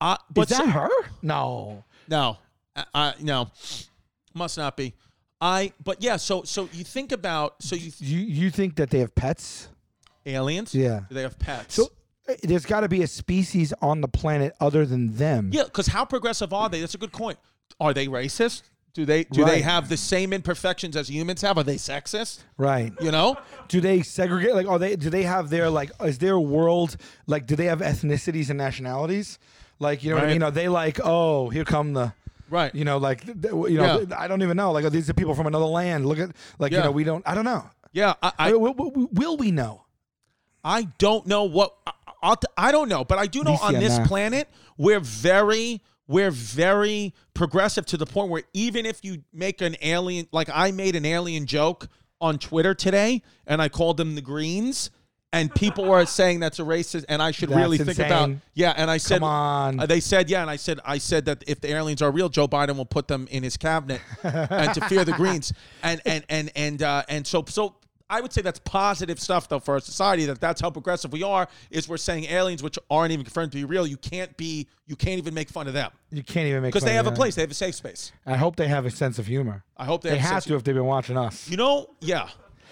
A: Uh, but
B: is that
A: so-
B: her? No.
A: No, I, I, no, must not be. I. But yeah. So so you think about so you
B: You you think that they have pets?
A: aliens?
B: Yeah.
A: Do they have pets?
B: So
A: Eh.
B: uh, there's got to be a species on the planet other than them.
A: Yeah, because how progressive are they? That's a good point. Are they racist? Do they do they
B: Right.
A: have the same imperfections as humans have? Are they sexist?
B: Right.
A: You know?
B: Do they segregate? Like, are they? Do they have their like? Is their world like? Do they have ethnicities and nationalities? Like, you know what I
A: Right.
B: mean? Are they like, oh, here come the.
A: Right.
B: You know, like, th- th- you know,
A: Yeah.
B: th- I don't even know. Like, are these are people from another land. Look at, like, you
A: Yeah.
B: know, we don't, I don't know.
A: Yeah, I I,
B: will, will- will we know?
A: I don't know what I, I'll t- I don't know, but I do know on this
B: Luciana.
A: planet we're very we're very progressive to the point where even if you make an alien like I made an alien joke on Twitter today and I called them the greens and people were saying that's a racist and I should
B: That's
A: really think about
B: insane.
A: yeah and I said
B: Come on.
A: Uh, they said yeah, and I said I said that if the aliens are real, Joe Biden will put them in his cabinet and to fear the Greens, and and and and uh, and so so. I would say that's positive stuff, though, for our society. That that's how progressive we are. Is we're saying aliens, which aren't even confirmed to be real, you can't be, you can't even make fun of them
B: You can't even make
A: because they
B: fun of
A: have a
B: that.
A: place, they have a safe space.
B: I hope they have a sense of humor.
A: I hope they,
B: They
A: have, a
B: have
A: safe-
B: to if they've been watching us.
A: You know, yeah.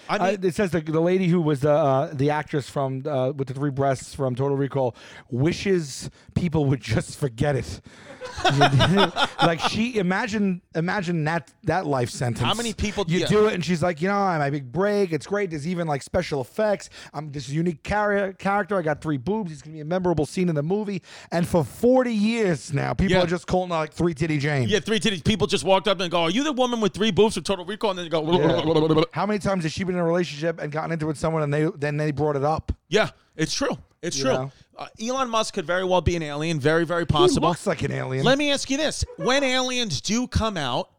A: I
B: Uh,
A: mean,
B: it says the, the lady who was the uh, the actress from uh, with the three breasts from Total Recall wishes people would just forget it. like she imagine imagine that that life sentence.
A: How many people-
B: you
A: yeah.
B: do it and she's like, you know, I'm a big break. It's great. There's even like special effects. I'm this unique char- character. I got three boobs. It's gonna be a memorable scene in the movie. And for 40 years now, people
A: Yeah.
B: are just calling her like three titty Jane.
A: yeah, three titties. People just walked up and go, "Are you the woman with three boobs from Total Recall?" And then you go,
B: Yeah. How many times has she been in a relationship and gotten into it with someone and they then they brought it up?
A: "Yeah, it's true, it's
B: You
A: true."
B: know?
A: Uh, Elon Musk could very well be an alien, very, very
B: He
A: possible.
B: looks like an alien.
A: Let me ask you this: When aliens do come out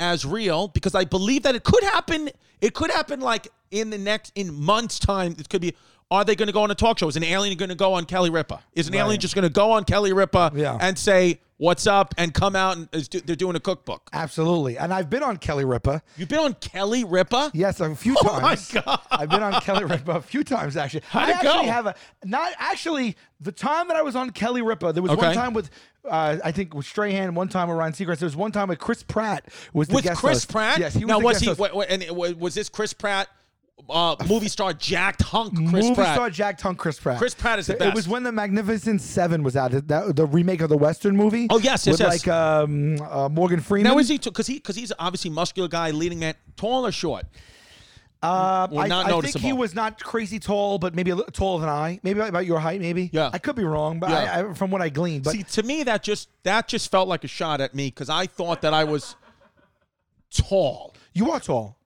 A: as real, because I believe that it could happen, it could happen like in the next in months' time. It could be. Are they going to go on a talk show? Is an alien going to go on Kelly Ripa? Is an alien just going to go on Kelly Ripa
B: Yeah.
A: and say what's up and come out and is do, they're doing a cookbook?
B: Absolutely. And I've been on Kelly Ripa.
A: You've been on Kelly Ripa?
B: Yes, a few
A: Oh my
B: times.
A: God.
B: I've been on Kelly Ripa a few times actually.
A: How'd
B: I
A: it go?
B: actually have a not actually the time that I was on Kelly Ripa, there was
A: Okay.
B: one time with uh, I think with Strahan, one time with Ryan Seacrest. There was one time with Chris Pratt was the
A: With
B: guest
A: Chris
B: host.
A: Pratt?
B: Yes, he was
A: now
B: the
A: was
B: guest
A: he?
B: host.
A: wa- wa- and it wa- was this Chris Pratt, uh, movie star, jacked hunk? Chris
B: movie
A: Pratt.
B: star Jack Tongue Chris Pratt.
A: Chris Pratt is the
B: it
A: best.
B: was when the Magnificent Seven was out, that, the remake of the Western movie.
A: Oh, yes, yes,
B: with
A: yes.
B: like um, uh, Morgan Freeman.
A: Now is he because he because he's obviously muscular guy, leading man, tall or short?
B: Uh,
A: Well,
B: I,
A: not
B: I think he
A: noticeable.
B: was not crazy tall, but maybe a little taller than I. Maybe about your height. Maybe.
A: Yeah.
B: I could be wrong, but
A: Yeah.
B: I, I, from what I gleaned, but
A: See, to me that just that just felt like a shot at me because I thought that I was tall.
B: you are tall.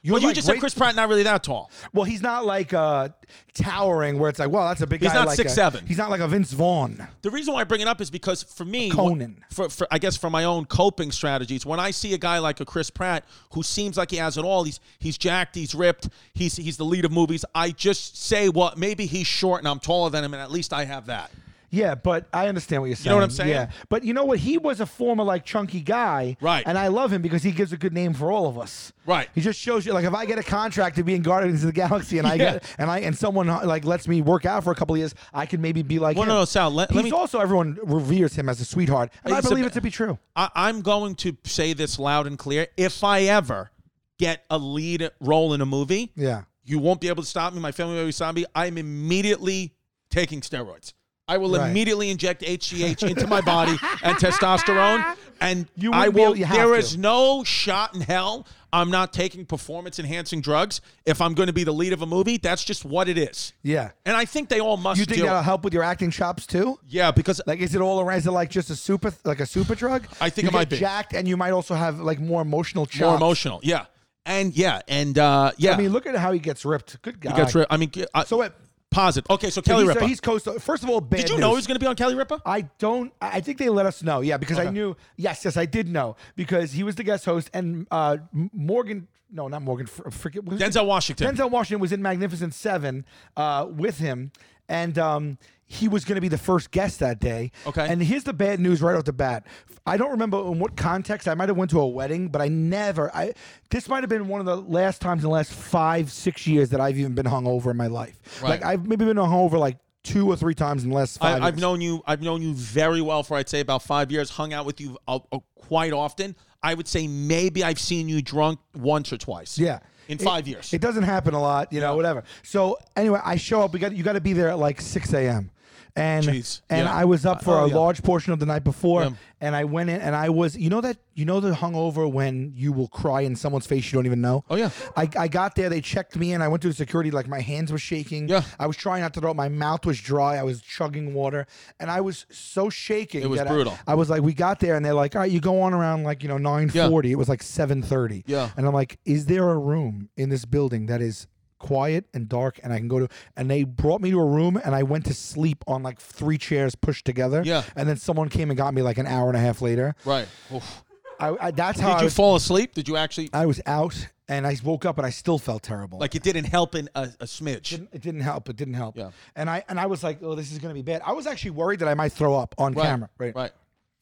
B: You're
A: But you
B: like
A: just
B: right-
A: said Chris Pratt not really that tall.
B: Well, he's not like uh, towering where it's like, wow, that's a big
A: He's
B: guy.
A: not
B: like
A: 6'7".
B: a- He's not like a Vince Vaughn.
A: The reason why I bring it up is because for me,
B: Conan.
A: wh- for, for I guess for my own coping strategies, when I see a guy like a Chris Pratt who seems like he has it all, he's he's jacked, he's ripped, he's he's the lead of movies. I just say, well, maybe he's short and I'm taller than him, and at least I have that.
B: Yeah, but I understand what you're saying.
A: know what I'm saying?
B: Yeah, but you know what? He was a former like chunky guy,
A: Right.
B: And I love him because he gives a good name for all of us,
A: Right.
B: He just shows you like if I get a contract to be in Guardians of the Galaxy and I
A: Yeah.
B: get and I and someone uh, like lets me work out for a couple of years, I can maybe be like
A: Well,
B: him.
A: no, no, Sal, let-
B: He's
A: let me-
B: also everyone reveres him as a sweetheart, and I
A: He's a
B: believe
A: ma-
B: it to be true.
A: I, I'm going to say this loud and clear. If I ever, get a lead role in a movie,
B: Yeah.
A: you won't be able to stop me. My family will be stop me. I'm immediately taking steroids. I will
B: Right.
A: immediately inject HGH into my body and testosterone, and
B: You
A: I
B: won't be
A: will.
B: able- you have
A: there
B: to.
A: is no shot in hell. I'm not taking performance enhancing drugs if I'm going to be the lead of a movie. That's just what it is.
B: Yeah.
A: and I think they all must
B: You think uh,
A: do.
B: that'll
A: it.
B: help with your acting chops too?
A: yeah, because
B: Like, is it all around? Is it like just a super, like a super drug?
A: I think
B: you
A: it might
B: get
A: be.
B: jacked, and you might also have like more emotional chops.
A: more emotional. Yeah, and yeah, and uh, yeah.
B: I mean, look at how he gets ripped. Good guy.
A: He gets ri- I mean, uh,
B: So what?
A: Positive. Okay, so Kelly
B: He's,
A: Ripa.
B: he's co-star. First of all, bad
A: Did you
B: news.
A: know he was going to be on Kelly Ripa?
B: I don't. I I think they let us know. Yeah, because I knew. Yes, yes, I did know because he was the guest host, and uh, M- Morgan. No, not Morgan. fr- Forget what was his
A: Denzel Washington.
B: Denzel Washington was in Magnificent Seven uh, with him, and um, he was going to be the first guest that day.
A: Okay.
B: And here's the bad news right off the bat. I don't remember in what context. I might have went to a wedding, but I never. I this might have been one of the last times in the last five, six years that I've even been hungover in my life.
A: Right.
B: Like I've maybe been hungover like two or three times in the last five.
A: I, I've
B: years.
A: known you. I've known you very well for I'd say about five years. Hung out with you uh, uh, quite often. I would say maybe I've seen you drunk once or twice.
B: Yeah.
A: in
B: It-
A: five years.
B: It doesn't happen a lot, you know, whatever. So anyway, I show up. We got you got to be there at like six a.m. And
A: Jeez,
B: and
A: yeah.
B: I was up for
A: Oh,
B: a
A: yeah.
B: large portion of the night before,
A: Yeah.
B: and I went in and I was you know that you know the hungover when you will cry in someone's face you don't even know.
A: Oh, yeah.
B: I, I got there. They checked me in. I went through security like my hands were shaking.
A: Yeah.
B: I was trying not to throw up. My mouth was dry. I was chugging water, and I was so shaking.
A: It was
B: that I-
A: brutal.
B: I was like, we got there, and they're like, all right, you go on around like you know nine forty. It was like seven thirty.
A: Yeah.
B: And I'm like, is there a room in this building that is quiet and dark and I can go to and they brought me to a room and I went to sleep on like three chairs pushed together.
A: Yeah.
B: And then someone came and got me like an hour and a half later.
A: Right. Oof.
B: I, I that's how
A: Did
B: I,
A: you
B: was,
A: fall asleep? Did you actually?
B: I was out and I woke up and I still felt terrible.
A: Like it didn't help in a, a smidge.
B: it didn't help. It didn't help.
A: Yeah.
B: And I and I was like, oh, this is gonna be bad. I was actually worried that I might throw up on camera. Right.
A: Right.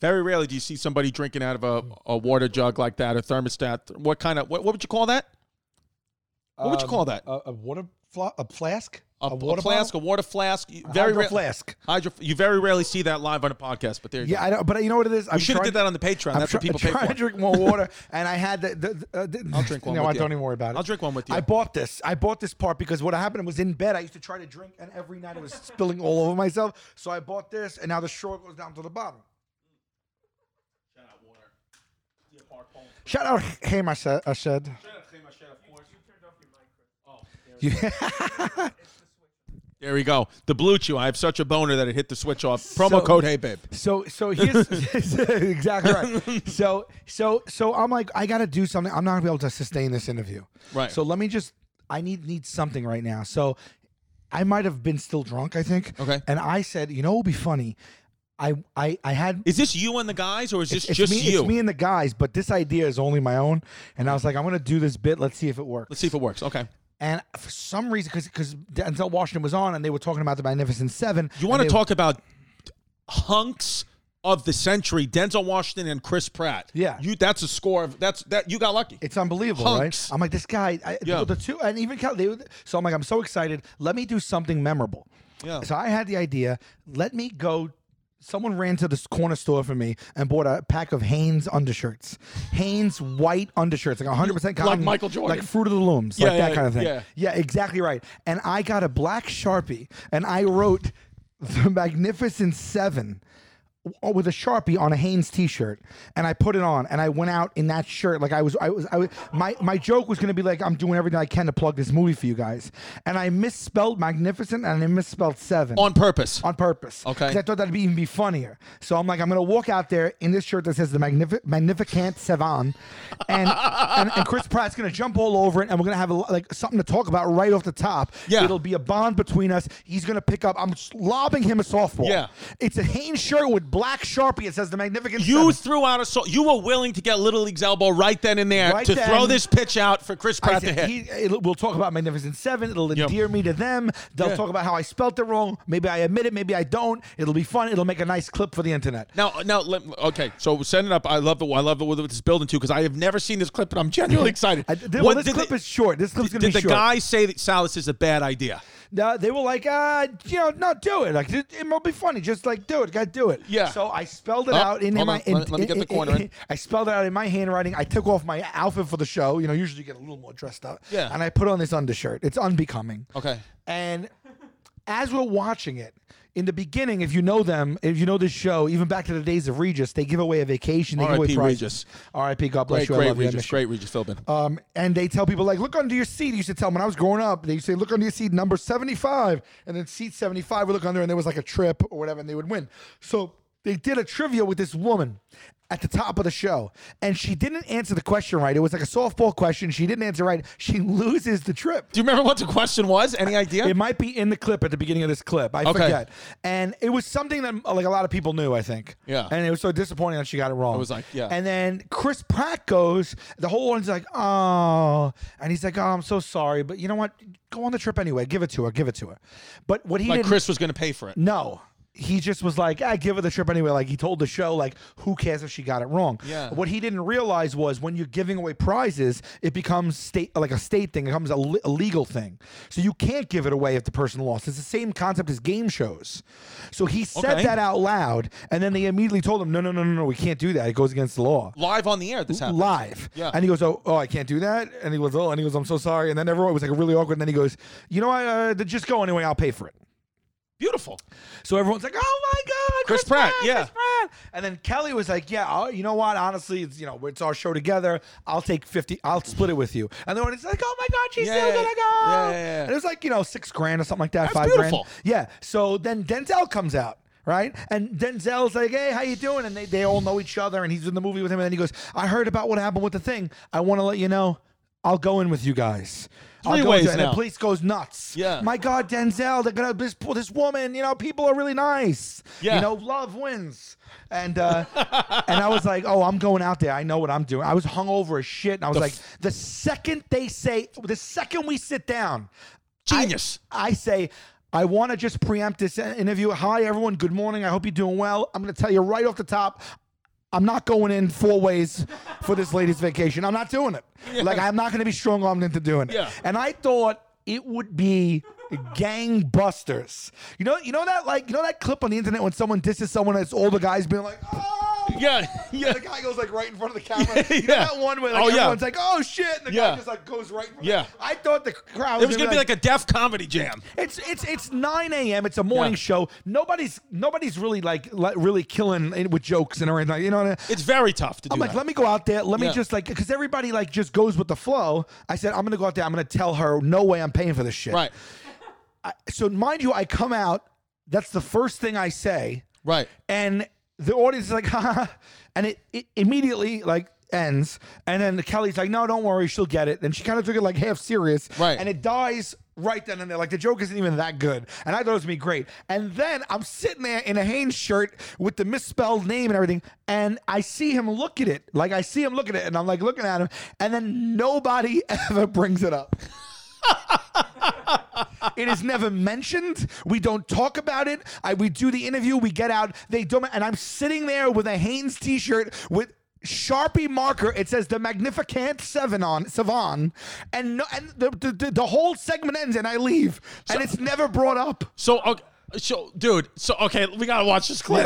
A: Very rarely do you see somebody drinking out of a, a water jug like that, a thermostat. What kind of? What, what would you call that? What would you call that?
B: Um, A, a water fla- a flask?
A: A,
B: water
A: flask,
B: bottle?
A: a water flask. You- Very
B: Hydro
A: ra-
B: flask.
A: Hydro, you very rarely see that live on a podcast, but there you
B: Yeah, I don't, but you know what it is?
A: go. We should have did that on the Patreon.
B: I'm
A: That's
B: try-
A: what people pay
B: trying
A: for.
B: to drink more water, and I had the. the, the, uh, the
A: I'll drink one
B: No,
A: with
B: I
A: you.
B: don't even worry about it.
A: I'll drink one with you.
B: I bought this. I bought this part because what happened was in bed. I used to try to drink, and every night it was spilling all over myself. So I bought this, and now the straw goes down to the bottom. Shout out Haim Ashed. Ashed.
A: Oh, There we go. The Blue Chew. I have such a boner that it hit the switch off. Promo code Hey Babe.
B: So so here's exactly right. So so so I'm like I got to do something. I'm not gonna be able to sustain this interview.
A: Right.
B: So let me just I need need something right now. So I might have been still drunk. I think.
A: Okay.
B: And I said, you know, it would be funny. I I I had.
A: Is this you and the guys, or is this
B: it's
A: just
B: me,
A: you?
B: It's me and the guys, but this idea is only my own. And I was like, I'm gonna do this bit. Let's see if it works.
A: Let's see if it works. Okay.
B: And for some reason, because because Denzel Washington was on, and they were talking about the Magnificent Seven.
A: You want to
B: and they-
A: talk about hunks of the century? Denzel Washington and Chris Pratt.
B: Yeah.
A: You. That's a score. Of, that's that. You got lucky.
B: It's unbelievable,
A: Hunks.
B: right? I'm like, this guy, I,
A: Yeah.
B: the two, and even Cal, they, so I'm like, I'm so excited. Let me do something memorable.
A: Yeah.
B: So I had the idea. Let me go. Someone ran to this corner store for me and bought a pack of Hanes undershirts, Hanes white undershirts, like 100 percent
A: Like
B: cotton,
A: Michael Jordan.
B: like Fruit of the Looms,
A: Yeah,
B: like that
A: yeah,
B: kind of thing.
A: yeah.
B: yeah, exactly right. And I got a black sharpie and I wrote the Magnificent Seven w- oh, with a sharpie on a Hanes T-shirt, and I put it on, and I went out in that shirt. Like I was, I was, I was. My my joke was gonna be like, I'm doing everything I can to plug this movie for you guys, and I misspelled magnificent, and I misspelled seven
A: On purpose.
B: on purpose.
A: Okay.
B: 'Cause I thought that'd be even be funnier. So I'm like, I'm gonna walk out there in this shirt that says the Magnific- Magnificant Seven, and, and and Chris Pratt's gonna jump all over it, and we're gonna have a, lo- like something to talk about right off the top.
A: Yeah.
B: It'll be a bond between us. He's gonna pick up. I'm s- lobbing him a softball.
A: Yeah.
B: It's a Hanes shirt with black sharpie. It says the Magnificent.
A: You
B: Seven.
A: threw out a so You were willing to get Little League's elbow right then and there
B: Right
A: to
B: then.
A: throw this pitch out for Chris
B: I
A: Pratt to
B: said,
A: hit.
B: he, it'll- we'll talk about Magnificent Seven. It'll
A: Yep.
B: endear me to them. They'll
A: Yeah.
B: talk about how I spelt it wrong. Maybe I admit it. Maybe I don't. It'll be fun. It'll make a nice clip for the internet.
A: Now, now, let, okay. So send it up. I love the. I love the with this building too because I have never seen this clip, and I'm genuinely excited.
B: I, th- well,
A: What
B: this
A: did
B: clip
A: the-
B: is short. This clip's
A: Did
B: gonna be
A: the
B: short.
A: guy say that Salas is a bad idea?
B: uh, they were like, uh, you know, no, do it. Like it, it'll be funny. Just like do it, gotta do it.
A: Yeah.
B: So I spelled it
A: Oh,
B: out in, in
A: hold
B: my.
A: on. Let me- let me get the corner in.
B: I spelled it out in my handwriting. I took off my outfit for the show. You know, usually you get a little more dressed up.
A: Yeah.
B: And I put on this undershirt. It's unbecoming.
A: Okay.
B: And as we're watching it, in the beginning, if you know them, if you know this show, even back to the days of Regis, they give away a vacation. They give away
A: R.I.P.
B: prizes.
A: Regis.
B: R.I.P. God bless
A: Great,
B: you. I
A: great
B: love you. I miss
A: Regis.
B: you.
A: Great Regis Philbin.
B: Um, and they tell people like, look under your seat. You should tell them when I was growing up. They used to say, look under your seat, number seventy-five, and then seat seventy-five would look under, and there was like a trip or whatever, and they would win. So they did a trivia with this woman at the top of the show, and she didn't answer the question right. It was like a softball question. She didn't answer right. She loses the trip.
A: Do you remember what the question was? Any idea?
B: It might be in the clip at the beginning of this clip. I
A: Okay.
B: forget. And it was something that like a lot of people knew, I think.
A: Yeah.
B: And it was so disappointing that she got it wrong. It
A: was like, yeah.
B: And then Chris Pratt goes, the whole audience is like, oh. And he's like, oh, I'm so sorry. But you know what? Go on the trip anyway. Give it to her. Give it to her. But what he
A: Like
B: didn't
A: Chris was going to pay for it.
B: no. He just was like, I give her the trip anyway. Like he told the show, like, who cares if she got it wrong?
A: Yeah.
B: What he didn't realize was when you're giving away prizes, it becomes state like a state thing. It becomes a, le- a legal thing. So you can't give it away if the person lost. It's the same concept as game shows. So he said
A: Okay.
B: that out loud, and then they immediately told him, no, no, no, no, no, we can't do that. It goes against the law
A: Live on the air, this happened.
B: live.
A: Yeah.
B: And he goes, oh, oh, I can't do that. And he goes, oh, and he goes, I'm so sorry. And then everyone was like really awkward. And then he goes, you know, I uh, just go anyway. I'll pay for it.
A: Beautiful.
B: So everyone's like, "Oh my god,
A: Chris Pratt, yeah.
B: Chris Pratt!" And then Kelly was like, "Yeah, oh, you know what? Honestly, it's you know it's our show together. I'll take fifty. I'll split it with you." And the audience is like, "Oh my god, she's
A: Yeah,
B: still
A: yeah,
B: gonna go!"
A: yeah, yeah, yeah.
B: And it was like you know six grand or something like
A: That's
B: that, five
A: beautiful.
B: grand. Yeah. So then Denzel comes out. Right, and Denzel's like, "Hey, how you doing?" And they, they all know each other, and he's in the movie with him. And then he goes, "I heard about what happened with the thing. I want to let you know, I'll go in with you guys." I'll
A: Three
B: go with
A: ways
B: you." and the
A: now.
B: police goes nuts.
A: Yeah.
B: my God, Denzel, they're gonna this this woman. You know, people are really nice.
A: Yeah.
B: you know, love wins. And uh, and I was like, oh, I'm going out there. I know what I'm doing. I was hungover as shit, and I was like, the second they say, the second we sit down,
A: Genius.
B: I say. I want to just preempt this interview. Hi, everyone. Good morning. I hope you're doing well. I'm going to tell you right off the top I'm not going in four ways for this lady's vacation. I'm not doing it. Like I'm not going to be strong armed into doing it.
A: Yeah.
B: And I thought it would be gangbusters. You know, you know that like you know that clip on the internet when someone disses someone that's older guys being like, oh.
A: yeah. Yeah.
B: And the guy goes like right in front of the camera.
A: Yeah,
B: You know
A: yeah.
B: that one where like
A: Oh, yeah.
B: everyone's like, "Oh shit!" And the guy
A: Yeah.
B: just like goes right. In front
A: Yeah.
B: I thought the crowd
A: It was
B: gonna
A: going to be like a deaf comedy jam.
B: it's it's it's 9 a.m. It's a morning
A: Yeah.
B: show. Nobody's nobody's really like, li- really killing it with jokes and everything. You know what I mean?
A: It's very tough to do
B: I'm like,
A: that.
B: let me go out there. Let me
A: Yeah.
B: just like, because everybody like just goes with the flow. I said, I'm gonna go out there. I'm gonna tell her, no way, I'm paying for this shit.
A: right.
B: So mind you, I come out. That's the first thing I say,
A: Right.
B: and the audience is like, ha, ha, ha. and it, it immediately like ends. And then Kelly's like, no, don't worry, she'll get it. And she kind of took it like half serious,
A: Right.
B: And it dies right then and there. Like the joke isn't even that good. And I thought it was gonna be great. And then I'm sitting there in a Hanes shirt with the misspelled name and everything. And I see him look at it. Like I see him look at it, and I'm like looking at him. And then nobody ever brings it up. It is never mentioned. We don't talk about it. I, we do the interview. We get out. They don't. And I'm sitting there with a Haynes T-shirt with Sharpie marker. It says the Magnificent Seven on Savon, and no, and the, the, the the whole segment ends, and I leave, and it's never brought up.
A: So, okay, so dude, so, okay, we got to watch this clip.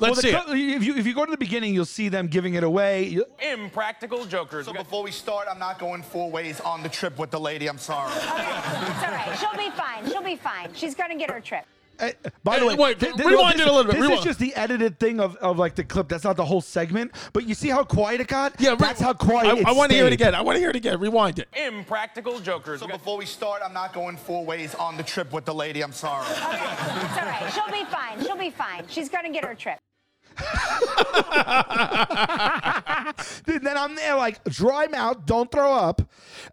A: Let's see it.
B: If you if you go to the beginning, you'll see them giving it away. You-
E: Impractical jokers.
F: So before we start, I'm not going four ways on the trip with the lady. I'm sorry.
G: It's all right. She'll be fine. She'll be fine. She's going to get her trip.
B: Uh, by the
A: Uh,
B: way,
A: wait,
B: thi- thi-
A: rewind
B: this-
A: it a little bit,
B: This is
A: rewind.
B: just the edited thing of, of like the clip. That's not the whole segment. But you see how quiet it got?
A: Yeah, re-
B: that's how quiet.
A: I,
B: it
A: I want to hear it
B: stayed.
A: again. I want to hear it again. Rewind it.
E: Impractical jokers.
F: So before we start, I'm not going four ways on the trip with the lady. I'm sorry.
G: It's all right. She'll be fine. She'll be fine. She's going to get her trip.
B: Dude, then I'm there like dry mouth, don't throw up.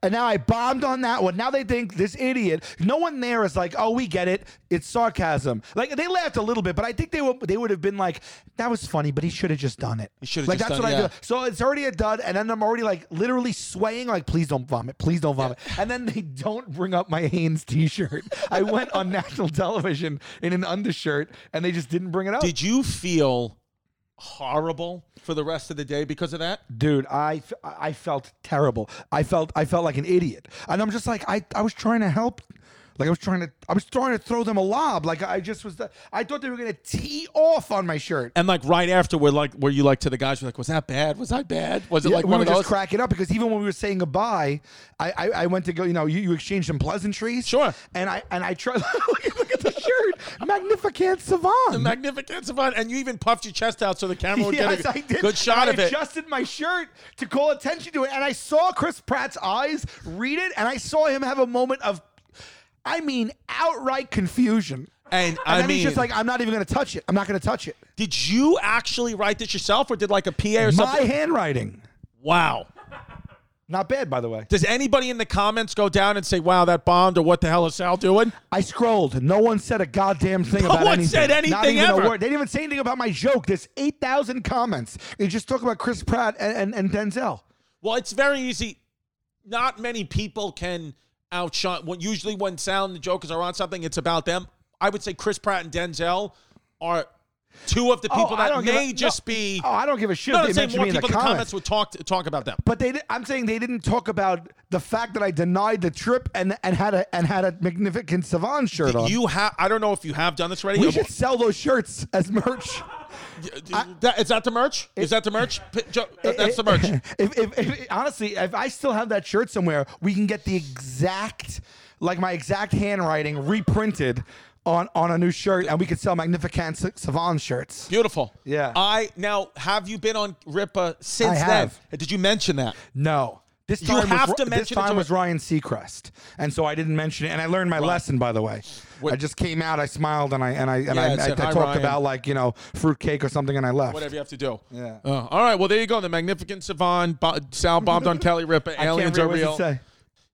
B: And now I bombed on that one. Now they think this idiot. No one there is like, oh, we get it. It's sarcasm. Like they laughed a little bit, but I think they would they would have been like, that was funny, but he should have just done it. He
A: should have
B: like
A: just
B: that's
A: done-
B: what I
A: yeah.
B: do. So it's already a dud, and then I'm already like literally swaying, like please don't vomit, please don't vomit. And then they don't bring up my Hanes T-shirt. I went on national television in an undershirt, and they just didn't bring it up.
A: Did you feel horrible for the rest of the day because of that?
B: dude I, f- I felt terrible i felt i felt like an idiot and i'm just like i, I was trying to help Like I was trying to, I was trying to throw them a lob. Like I just was, I thought they were gonna tee off on my shirt.
A: And like right after, we're like, were you like to the guys? You're like, was that bad? Was I bad? Was it
B: Yeah,
A: like
B: we
A: one
B: were
A: of those?
B: just cracking up because even when we were saying goodbye, I I, I went to go. You know, you, you exchanged some pleasantries.
A: Sure.
B: And I and I tried. look, at- look at the shirt, Magnificent Savant.
A: the magnificent savant, and you even puffed your chest out so the camera would
B: yes,
A: get a
B: I did.
A: good shot
B: I
A: of it.
B: adjusted my shirt to call attention to it, and I saw Chris Pratt's eyes read it, and I saw him have a moment of, I mean, outright confusion.
A: And, I
B: then he's just
A: mean-
B: like, "I'm not even going to touch it. I'm not going to touch it."
A: Did you actually write this yourself, or did like a PA or
B: My
A: something?
B: handwriting,
A: Wow.
B: not bad, by the way.
A: Does anybody in the comments go down and say, "Wow, that bombed," or "What the hell is Sal doing"?
B: I scrolled. No one said a goddamn thing
A: No
B: about
A: one
B: anything.
A: said
B: Not
A: anything
B: even
A: ever.
B: A word. They didn't even say anything about my joke. There's eight thousand comments. They just talk about Chris Pratt and, and, and Denzel.
A: Well, it's very easy. Not many people can outshine. When usually when Sal and the Jokers are on something, it's about them. I would say Chris Pratt and Denzel are two of the people
B: oh, I
A: that
B: don't give
A: may
B: a,
A: just
B: no,
A: be.
B: Oh, I don't give a shit.
A: No,
B: if
A: I'm
B: they
A: saying
B: mention
A: more
B: me in
A: people
B: the
A: in the
B: comments.
A: comments would talk talk about them.
B: But they, di- I'm saying they didn't talk about the fact that I denied the trip and and had a and had a magnificent savant shirt on.
A: You have. I don't know if you have done this already.
B: we
A: Uh,
B: should sell those shirts as merch.
A: that- is that the merch? Is that the merch? P- Jo- uh, that's the merch.
B: If, if, if, honestly, if I still have that shirt somewhere, we can get the exact, like my exact handwriting reprinted on on a new shirt, and we could sell magnificent savant shirts.
A: Beautiful.
B: Yeah.
A: I now have you been on Ripa since
B: I have.
A: then? Did you mention that?
B: No. This
A: You
B: time,
A: have
B: was,
A: to
B: Ri- this
A: mention it to
B: time was
A: her.
B: Ryan Seacrest, and so I didn't mention it. And I learned my lesson, by the way.
A: What-
B: I just came out, I smiled, and I and I and
A: Yeah,
B: I,
A: it
B: I,
A: said,
B: I
A: "Hi,
B: talked
A: Ryan."
B: about like you know fruitcake or something, and I left.
A: Whatever you have to do.
B: Yeah.
A: Uh, all right. Well, there you go. The magnificent Savant, Bo- Sal bombed on Kelly Ripa.
B: I can't
A: Aliens
B: read
A: are
B: what does
A: real.
B: it say.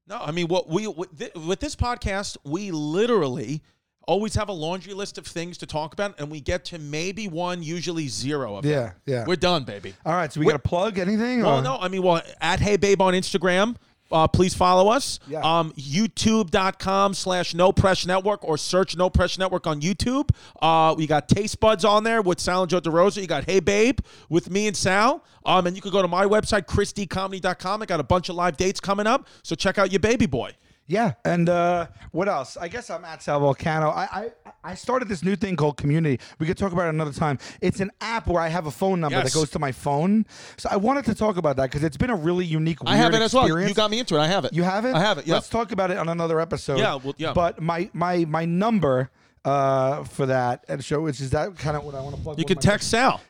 A: No, I mean, what we with, thi- with this podcast, we literally always have a laundry list of things to talk about, and we get to maybe one, usually zero of
B: Yeah,
A: them.
B: yeah.
A: We're done, baby.
B: All right, so we got to plug anything?
A: Well,
B: or-
A: Oh, no, I mean, well, at Hey Babe on Instagram. Uh, please follow us.
B: Yeah.
A: Um, YouTube.com slash No Press Network or search No Press Network on YouTube. Uh, we got Taste Buds on there with Sal and Joe DeRosa. You got Hey Babe with me and Sal. Um, and you can go to my website, ChristyComedy.com. I got a bunch of live dates coming up. So check out your baby boy.
B: Yeah, and uh, what else? I guess I'm at Sal Volcano. I, I I started this new thing called Community. We could talk about it another time. It's an app where I have a phone number
A: Yes.
B: that goes to my phone. So I wanted to talk about that because it's been a really unique. Weird
A: I have it as well.
B: experience.
A: You got me into it. I have it.
B: You have it.
A: I have it. Yeah.
B: Let's talk about it on another episode.
A: Yeah, well, yeah.
B: But my my my number uh, for that and show which is that kind of what I want to plug.
A: you can text Sal.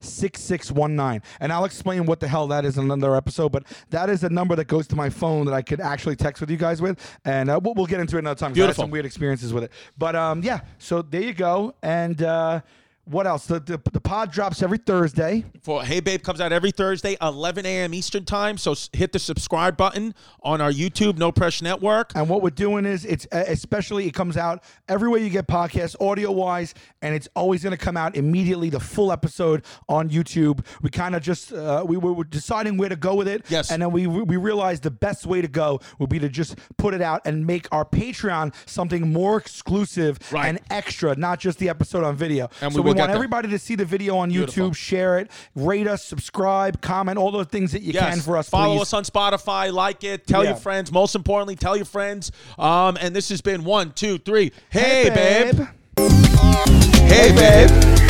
B: 718-260-6619. And I'll explain what the hell that is in another episode, but that is a number that goes to my phone that I could actually text with you guys with. And uh, we'll, we'll get into it another time. 'cause I had
A: Beautiful.
B: some weird experiences with it. But um, yeah, so there you go. And uh, what else? The, the, the pod drops every Thursday.
A: for Hey Babe comes out every Thursday, 11 a.m. Eastern time. So s- hit the subscribe button on our YouTube, No Press Network.
B: And what we're doing is it's uh, especially it comes out everywhere you get podcasts, audio wise, and it's always going to come out immediately. The full episode on YouTube. We kind of just uh, we were were deciding where to go with it.
A: Yes.
B: And then we we realized the best way to go would be to just put it out and make our Patreon something more exclusive
A: Right.
B: and extra, not just the episode on video.
A: And we
B: so
A: will get
B: we want
A: there.
B: everybody to see the video on
A: Beautiful.
B: YouTube, share it, rate us, subscribe, comment, all those things that you
A: Yes.
B: can for us.
A: Follow
B: please.
A: us on Spotify. Like it. Tell your
B: Yeah.
A: friends. Most importantly, tell your friends. Um, and this has been one, two, three. Hey, babe.
B: Hey, babe.